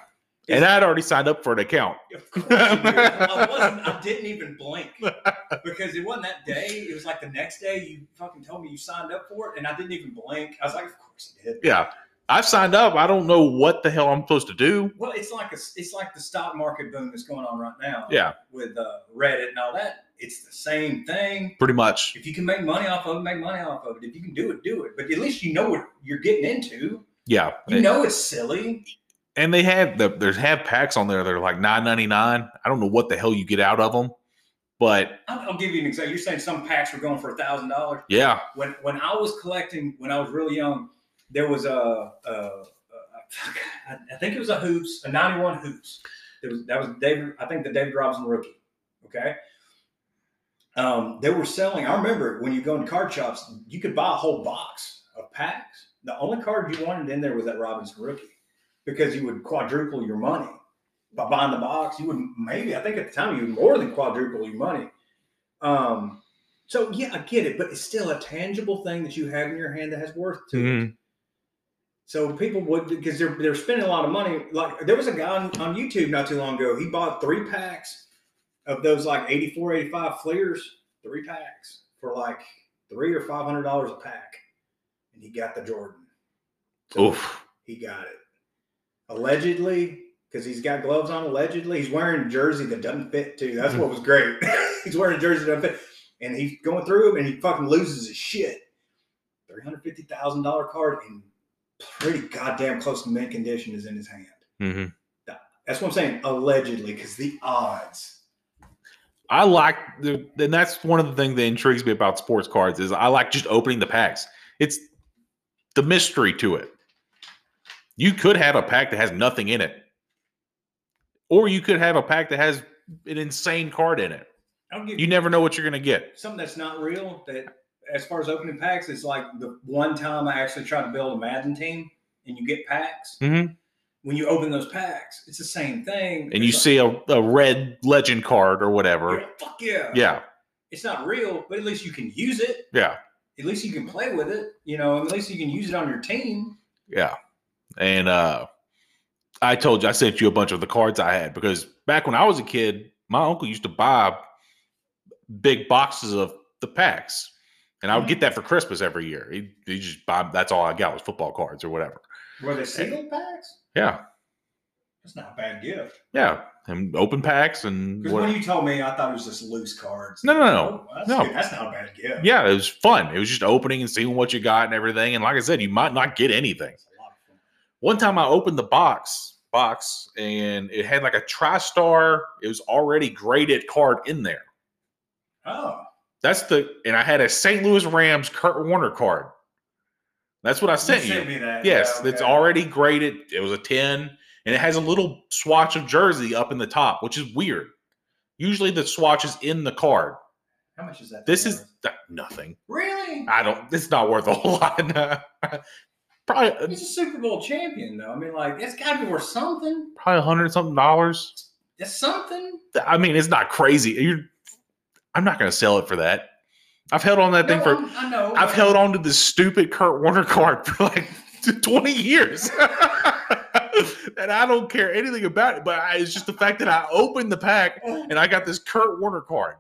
[SPEAKER 1] And I had already signed up for an account.
[SPEAKER 2] Of course you did. I wasn't. I didn't even blink because it wasn't that day. It was like the next day. You fucking told me you signed up for it, and I didn't even blink. I was like, of course I did.
[SPEAKER 1] Yeah. I've signed up. I don't know what the hell I'm supposed to do.
[SPEAKER 2] Well, it's like a, it's like the stock market boom that's going on right now.
[SPEAKER 1] Yeah.
[SPEAKER 2] With uh, Reddit and all that, it's the same thing.
[SPEAKER 1] Pretty much.
[SPEAKER 2] If you can make money off of it, make money off of it. If you can do it, do it. But at least you know what you're getting into.
[SPEAKER 1] Yeah.
[SPEAKER 2] You know it's silly.
[SPEAKER 1] and they have the, there's have packs on there that are like 9.99. I don't know what the hell you get out of them, but
[SPEAKER 2] I'll, I'll give you an example. You're saying some packs were going for a thousand dollars.
[SPEAKER 1] yeah,
[SPEAKER 2] when when I was collecting when I was really young, there was a, a, a fuck, I I think it was a hoops, a '91 hoops. There was that was David. I think the David Robinson rookie. Okay. Um, they were selling. I remember when you go in card shops, you could buy a whole box of packs. The only card you wanted in there was that Robinson rookie, because you would quadruple your money by buying the box. You would maybe I think at the time you would more than quadruple your money. Um, so yeah, I get it, but it's still a tangible thing that you have in your hand that has worth to it.
[SPEAKER 1] Mhm.
[SPEAKER 2] So people would because they're they're spending a lot of money. Like there was a guy on, on YouTube not too long ago. He bought three packs of those like 84, 85 fleers, three packs for like three or five hundred dollars a pack. And he got the Jordan. So
[SPEAKER 1] oof.
[SPEAKER 2] he got it. Allegedly, because he's got gloves on, allegedly. He's wearing a jersey that doesn't fit, too. That's what was great. <laughs> he's wearing a jersey that doesn't fit. And he's going through them and he fucking loses his shit. $350,000 card in pretty goddamn close to mint condition is in his hand.
[SPEAKER 1] Mhm.
[SPEAKER 2] That's what I'm saying, allegedly, because the odds.
[SPEAKER 1] I like the, and that's one of the things that intrigues me about sports cards is I like just opening the packs. It's the mystery to it. You could have a pack that has nothing in it, or you could have a pack that has an insane card in it.
[SPEAKER 2] I'll give
[SPEAKER 1] You never know what you're going to get.
[SPEAKER 2] something that's not real that as far as opening packs it's like the one time i actually tried to build a madden team and you get packs
[SPEAKER 1] Mhm.
[SPEAKER 2] when you open those packs it's the same thing
[SPEAKER 1] And you
[SPEAKER 2] It's
[SPEAKER 1] see a, a red legend card or
[SPEAKER 2] like,
[SPEAKER 1] whatever.
[SPEAKER 2] you're like, fuck yeah
[SPEAKER 1] Yeah,
[SPEAKER 2] it's not real but at least you can use it
[SPEAKER 1] yeah,
[SPEAKER 2] at least you can play with it you know at least you can use it on your team
[SPEAKER 1] yeah. And uh I told you I sent you a bunch of the cards I had because back when I was a kid, my uncle used to buy big boxes of the packs. And I would get that for Christmas every year. He, he just buy that's all I got was football cards or whatever.
[SPEAKER 2] were they sealed packs
[SPEAKER 1] Yeah.
[SPEAKER 2] that's not a bad gift
[SPEAKER 1] Yeah. And open packs and
[SPEAKER 2] because
[SPEAKER 1] what,
[SPEAKER 2] when you told me i thought it was just loose cards
[SPEAKER 1] No, no, no.
[SPEAKER 2] Oh, that's,
[SPEAKER 1] No.
[SPEAKER 2] good. that's not a bad gift
[SPEAKER 1] yeah, it was fun. It was just opening and seeing what you got and everything. And like I said, you might not get anything.
[SPEAKER 2] That's a lot of fun.
[SPEAKER 1] one time I opened the box box and it had like a TriStar. It was already graded card in there.
[SPEAKER 2] oh
[SPEAKER 1] That's the and I had a St. Louis Rams Kurt Warner card. That's what I sent you.
[SPEAKER 2] me that
[SPEAKER 1] Yes,
[SPEAKER 2] Yeah,
[SPEAKER 1] it's
[SPEAKER 2] okay.
[SPEAKER 1] already graded. It was a 10 and it has a little swatch of jersey up in the top, which is weird. Usually the swatch is in the card.
[SPEAKER 2] how much is that
[SPEAKER 1] This
[SPEAKER 2] thing
[SPEAKER 1] is
[SPEAKER 2] worth?
[SPEAKER 1] th- nothing.
[SPEAKER 2] really
[SPEAKER 1] I don't it's not worth a <laughs> whole lot. probably
[SPEAKER 2] He's a Super Bowl champion, though. I mean, like that's got to be worth something.
[SPEAKER 1] probably a hundred something dollars.
[SPEAKER 2] That's something.
[SPEAKER 1] I mean, it's not crazy. You're, I'm not going to sell it for that. I've held on to that thing
[SPEAKER 2] No,
[SPEAKER 1] for.
[SPEAKER 2] I'm- I know.
[SPEAKER 1] I've
[SPEAKER 2] but
[SPEAKER 1] held on to this stupid Kurt Warner card for like <laughs> to 20 years. <laughs> and I don't care anything about it, but I, it's just the fact that I opened the pack
[SPEAKER 2] Oh,
[SPEAKER 1] and I got this Kurt Warner card.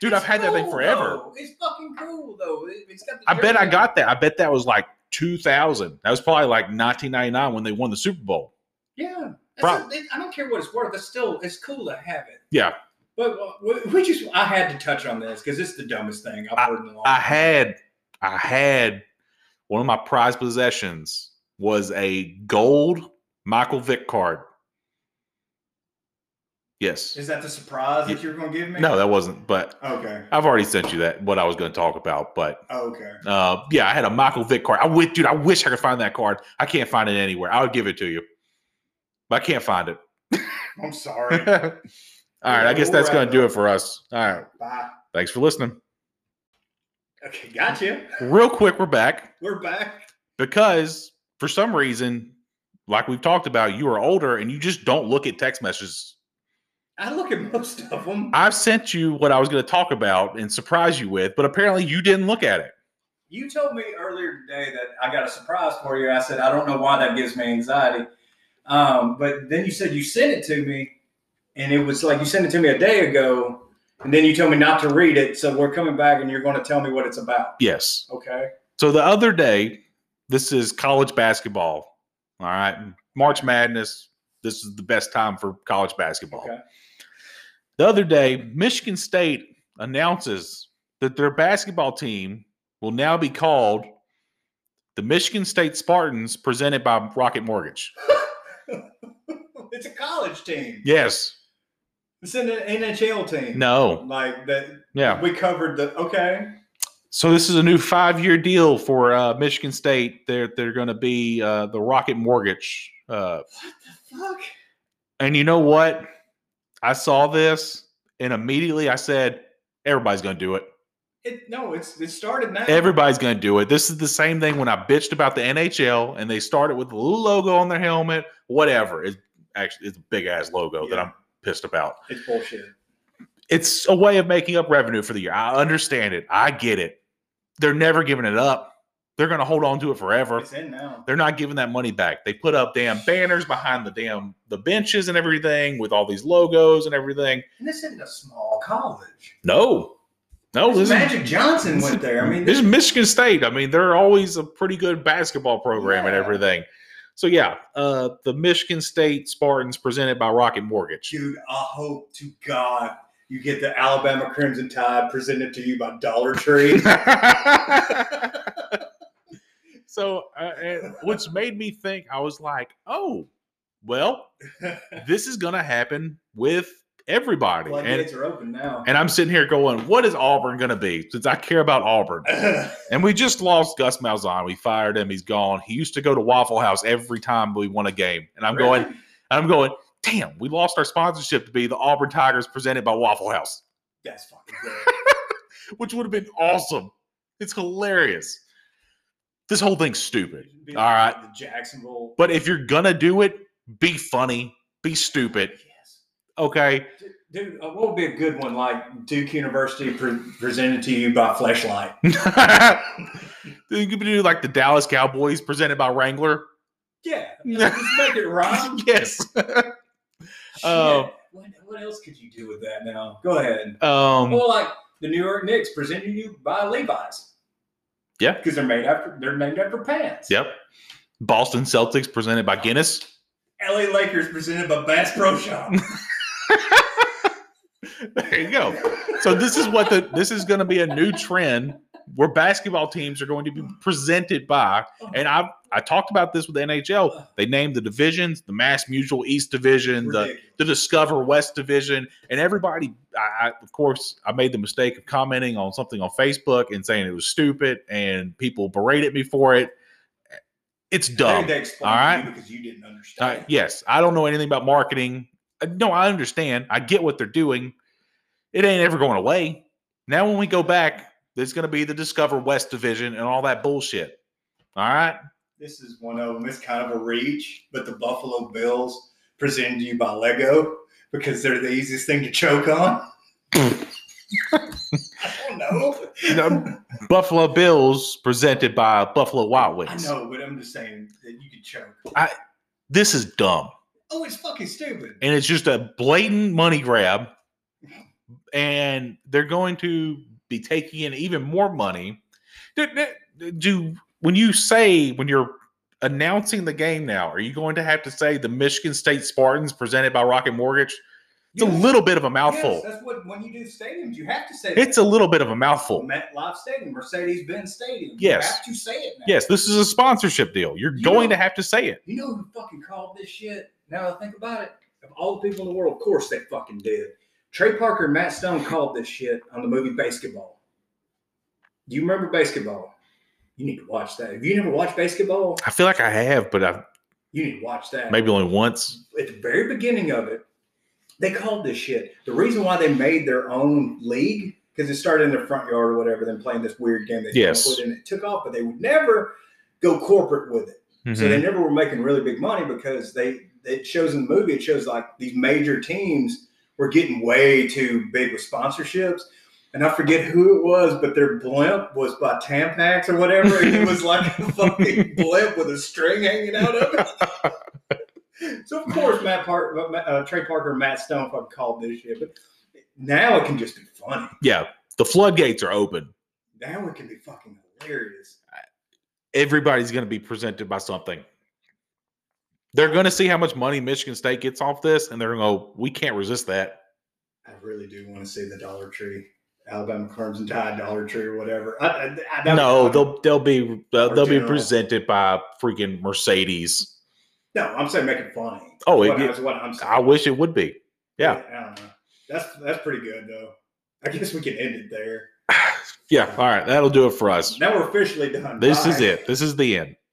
[SPEAKER 1] Dude, I've had that thing
[SPEAKER 3] Cool,
[SPEAKER 1] forever.
[SPEAKER 3] though. It's fucking cool though. It- It's got the
[SPEAKER 1] I bet I
[SPEAKER 3] jersey.
[SPEAKER 1] got that. I bet that was like 2000. That was probably like 1999 when they won the Super Bowl.
[SPEAKER 3] Yeah,
[SPEAKER 1] Prob-
[SPEAKER 3] That's it I don't care what it's worth. It's still it's cool to have it.
[SPEAKER 1] Yeah.
[SPEAKER 3] But uh, we- we just I had to touch on this because it's the dumbest thing I've heard in a long.
[SPEAKER 1] I had I had one of my prized possessions was a gold Michael Vick card. Yes.
[SPEAKER 2] Is that the surprise that you were going to give me?
[SPEAKER 1] No, that wasn't, but
[SPEAKER 2] Okay.
[SPEAKER 1] I've already sent you that what I was going to talk about, but
[SPEAKER 2] Okay.
[SPEAKER 1] uh yeah, I had a Michael Vick card. I wish dude, I wish I could find that card. I can't find it anywhere. I would give it to you. But I can't find it.
[SPEAKER 2] I'm
[SPEAKER 1] All
[SPEAKER 2] sorry.
[SPEAKER 1] <laughs> right, I guess that's going to do it for us. All right.
[SPEAKER 2] Bye.
[SPEAKER 1] Thanks for listening.
[SPEAKER 2] Okay. Gotcha.
[SPEAKER 1] Real quick, we're back.
[SPEAKER 2] We're back.
[SPEAKER 1] because for some reason, like we've talked about, you are older and you just don't look at text messages.
[SPEAKER 2] I look at most of them.
[SPEAKER 1] I've sent you what I was going to talk about and surprise you with, but apparently you didn't look at it.
[SPEAKER 2] You told me earlier today that I got a surprise for you. I said, I don't know why that gives me anxiety. Um, but then you said you sent it to me, and it was like you sent it to me a day ago, and then you told me not to read it. So we're coming back, and you're going to tell me what it's about.
[SPEAKER 1] Yes.
[SPEAKER 2] Okay. <laughs>
[SPEAKER 1] So the other day, this is college basketball. All right. March Madness. This is the best time for college basketball.
[SPEAKER 2] Okay.
[SPEAKER 1] The other day, Michigan State announces that their basketball team will now be called the Michigan State Spartans, presented by Rocket Mortgage.
[SPEAKER 2] It's a college team.
[SPEAKER 1] Yes.
[SPEAKER 2] It's an NHL team.
[SPEAKER 1] No.
[SPEAKER 2] Like that.
[SPEAKER 1] Yeah.
[SPEAKER 2] We covered the. Okay.
[SPEAKER 1] So this is a new five-year deal for uh, Michigan State. They're they're going to be uh, the Rocket Mortgage. Uh,
[SPEAKER 2] Fuck.
[SPEAKER 1] and you know what? I saw this and immediately I said, everybody's going to do it.
[SPEAKER 2] It, no, it's it started now.
[SPEAKER 1] Everybody's going to do it. This is the same thing when I bitched about the NHL and they started with a little logo on their helmet. Whatever. It's actually it's a big ass logo that
[SPEAKER 2] Yeah.
[SPEAKER 1] I'm pissed about.
[SPEAKER 2] it's bullshit.
[SPEAKER 1] It's a way of making up revenue for the year. I understand it. I get it. They're never giving it up. They're going to hold on to it forever.
[SPEAKER 2] It's in now.
[SPEAKER 1] They're not giving that money back. They put up damn banners behind the damn the benches and everything with all these logos and everything.
[SPEAKER 2] And this isn't a small college.
[SPEAKER 1] No, no, this is,
[SPEAKER 2] Magic Johnson went there. I mean,
[SPEAKER 1] this is Michigan State. I mean, they're always a pretty good basketball program and
[SPEAKER 2] Yeah.
[SPEAKER 1] everything. So yeah, uh, the Michigan State Spartans presented by Rocket Mortgage. <laughs>
[SPEAKER 2] Dude, I hope to God you get the Alabama Crimson Tide presented to you by
[SPEAKER 1] <laughs>
[SPEAKER 2] Dollar Tree.
[SPEAKER 1] so, uh, and- which made me think, I was like, oh,
[SPEAKER 2] <laughs>
[SPEAKER 1] well, this is gonna happen with everybody. And-
[SPEAKER 2] Floodgates are open now. <laughs>
[SPEAKER 1] And I'm sitting here going, what is Auburn going to be? Since I care about Auburn. And we just lost Gus Malzahn. We fired him. He's gone. He used to go to Waffle House every time we won a game. And I'm going, I'm going, damn, we lost our sponsorship to be the Auburn Tigers presented by Waffle House,
[SPEAKER 2] That's fucking
[SPEAKER 1] <laughs>
[SPEAKER 2] good.
[SPEAKER 1] which would have been awesome. It's hilarious. This whole thing's stupid.
[SPEAKER 2] Be
[SPEAKER 1] All right.
[SPEAKER 2] The Jacksonville.
[SPEAKER 1] But if you're going to do it, be funny, be stupid.
[SPEAKER 2] Yes.
[SPEAKER 1] Okay. <laughs>
[SPEAKER 2] D- Dude, uh, what would be a good one? Like Duke University pre- presented to you by Fleshlight.
[SPEAKER 1] you could do like the Dallas Cowboys presented by Wrangler. <laughs>
[SPEAKER 2] Yeah. Just make it rhyme.
[SPEAKER 1] yes. Oh.
[SPEAKER 2] Shit. what, what else could you do with that now? Go ahead.
[SPEAKER 1] Um,
[SPEAKER 2] Well, like the New York Knicks presented you by Levi's.
[SPEAKER 1] Yeah.
[SPEAKER 2] Because they're made after they're named after pants.
[SPEAKER 1] yep. Boston Celtics presented by Guinness.
[SPEAKER 2] LA Lakers presented by Bass Pro Shop.
[SPEAKER 1] <laughs> There you go. So this is what the this is going to be a new trend where basketball teams are going to be presented by. And I I talked about this with the NHL. They named the divisions, the Mass Mutual East Division, the
[SPEAKER 2] Ridiculous.
[SPEAKER 1] the Discover West Division, and everybody. I, I, of course, I made the mistake of commenting on something on Facebook and saying it was stupid, and people berated me for it. It's
[SPEAKER 2] I
[SPEAKER 1] dumb.
[SPEAKER 2] think they explained
[SPEAKER 1] All
[SPEAKER 2] to
[SPEAKER 1] right.
[SPEAKER 2] you because you didn't
[SPEAKER 1] All
[SPEAKER 2] understand.
[SPEAKER 1] right, Uh, yes, I don't know anything about marketing. Uh, No, I understand. I get what they're doing. It ain't ever going away. Now, when we go back, there's going to be the Discover West division and all that bullshit. All right.
[SPEAKER 2] This is one of them. It's kind of a reach, but the Buffalo Bills presented you by Lego <laughs> because they're the easiest thing to choke on. I don't know.
[SPEAKER 1] you <laughs> know, Buffalo Bills presented by Buffalo Wild
[SPEAKER 2] I
[SPEAKER 1] Wings.
[SPEAKER 2] know, but I'm just saying that you could choke.
[SPEAKER 1] This is dumb.
[SPEAKER 2] Oh, it's fucking stupid.
[SPEAKER 1] and it's just a blatant money grab and they're going to be taking in even more money do, do- when you say when you're announcing the game now are you going to have to say the michigan state spartans presented by rocket mortgage it's a
[SPEAKER 2] Yes.
[SPEAKER 1] little bit of a
[SPEAKER 2] Yes,
[SPEAKER 1] mouthful
[SPEAKER 2] that's what when you do stadiums, you have to say
[SPEAKER 1] it's a little bit of a
[SPEAKER 2] that.
[SPEAKER 1] mouthful
[SPEAKER 2] MetLife Stadium, Mercedes-Benz Stadium.
[SPEAKER 1] Yes.
[SPEAKER 2] you have to say it now.
[SPEAKER 1] yes this is a sponsorship deal you're
[SPEAKER 2] You
[SPEAKER 1] going
[SPEAKER 2] know-
[SPEAKER 1] to have to say it
[SPEAKER 2] You know who fucking called this shit? Now that I think about it, of all the people in the world, of course they fucking did. Trey Parker and Matt Stone called this shit on the movie Basketball. Do you remember Basketball? You need to watch that. If you never watched Basketball,
[SPEAKER 1] i feel like i have but i've
[SPEAKER 2] you need to watch that.
[SPEAKER 1] maybe only once
[SPEAKER 2] At the very beginning of it, they called this shit. The reason why they made their own league, because it started in their front yard or whatever, then playing this weird game they
[SPEAKER 1] Yes.
[SPEAKER 2] put in, it took off, but they would never go corporate with it. So they never were making really big money because they it shows in the movie, it shows like these major teams were getting way too big with sponsorships. And I forget who it was, but their blimp was by Tampax or whatever. And it was like a fucking blimp with a string hanging out of it. so of course, Matt Park, uh, Trey Parker, and Matt Stone fucking called this shit. But now it can just be funny.
[SPEAKER 1] yeah the floodgates are open
[SPEAKER 2] Now it can be fucking hilarious.
[SPEAKER 1] everybody's going to be presented by something. They're going to see how much money Michigan State gets off this, and they're going to go, we can't resist that.
[SPEAKER 2] I really do want to see the Dollar Tree, Alabama Crimson Tide Dollar Tree or whatever. I, I, I, that
[SPEAKER 1] no,
[SPEAKER 2] would-
[SPEAKER 1] they'll they'll be uh,
[SPEAKER 2] Or
[SPEAKER 1] they'll be
[SPEAKER 2] General.
[SPEAKER 1] presented by freaking Mercedes.
[SPEAKER 2] no. I'm saying make it funny.
[SPEAKER 1] Oh, it,
[SPEAKER 2] What-
[SPEAKER 1] it-
[SPEAKER 2] that's what I'm saying.
[SPEAKER 1] I wish it would be. yeah.
[SPEAKER 2] I don't know. That's that's pretty good though. I guess we can end it there.
[SPEAKER 1] Yeah, all right, that'll do it for us.
[SPEAKER 2] Now we're officially done.
[SPEAKER 1] This is
[SPEAKER 2] Bye.
[SPEAKER 1] it. This is the end.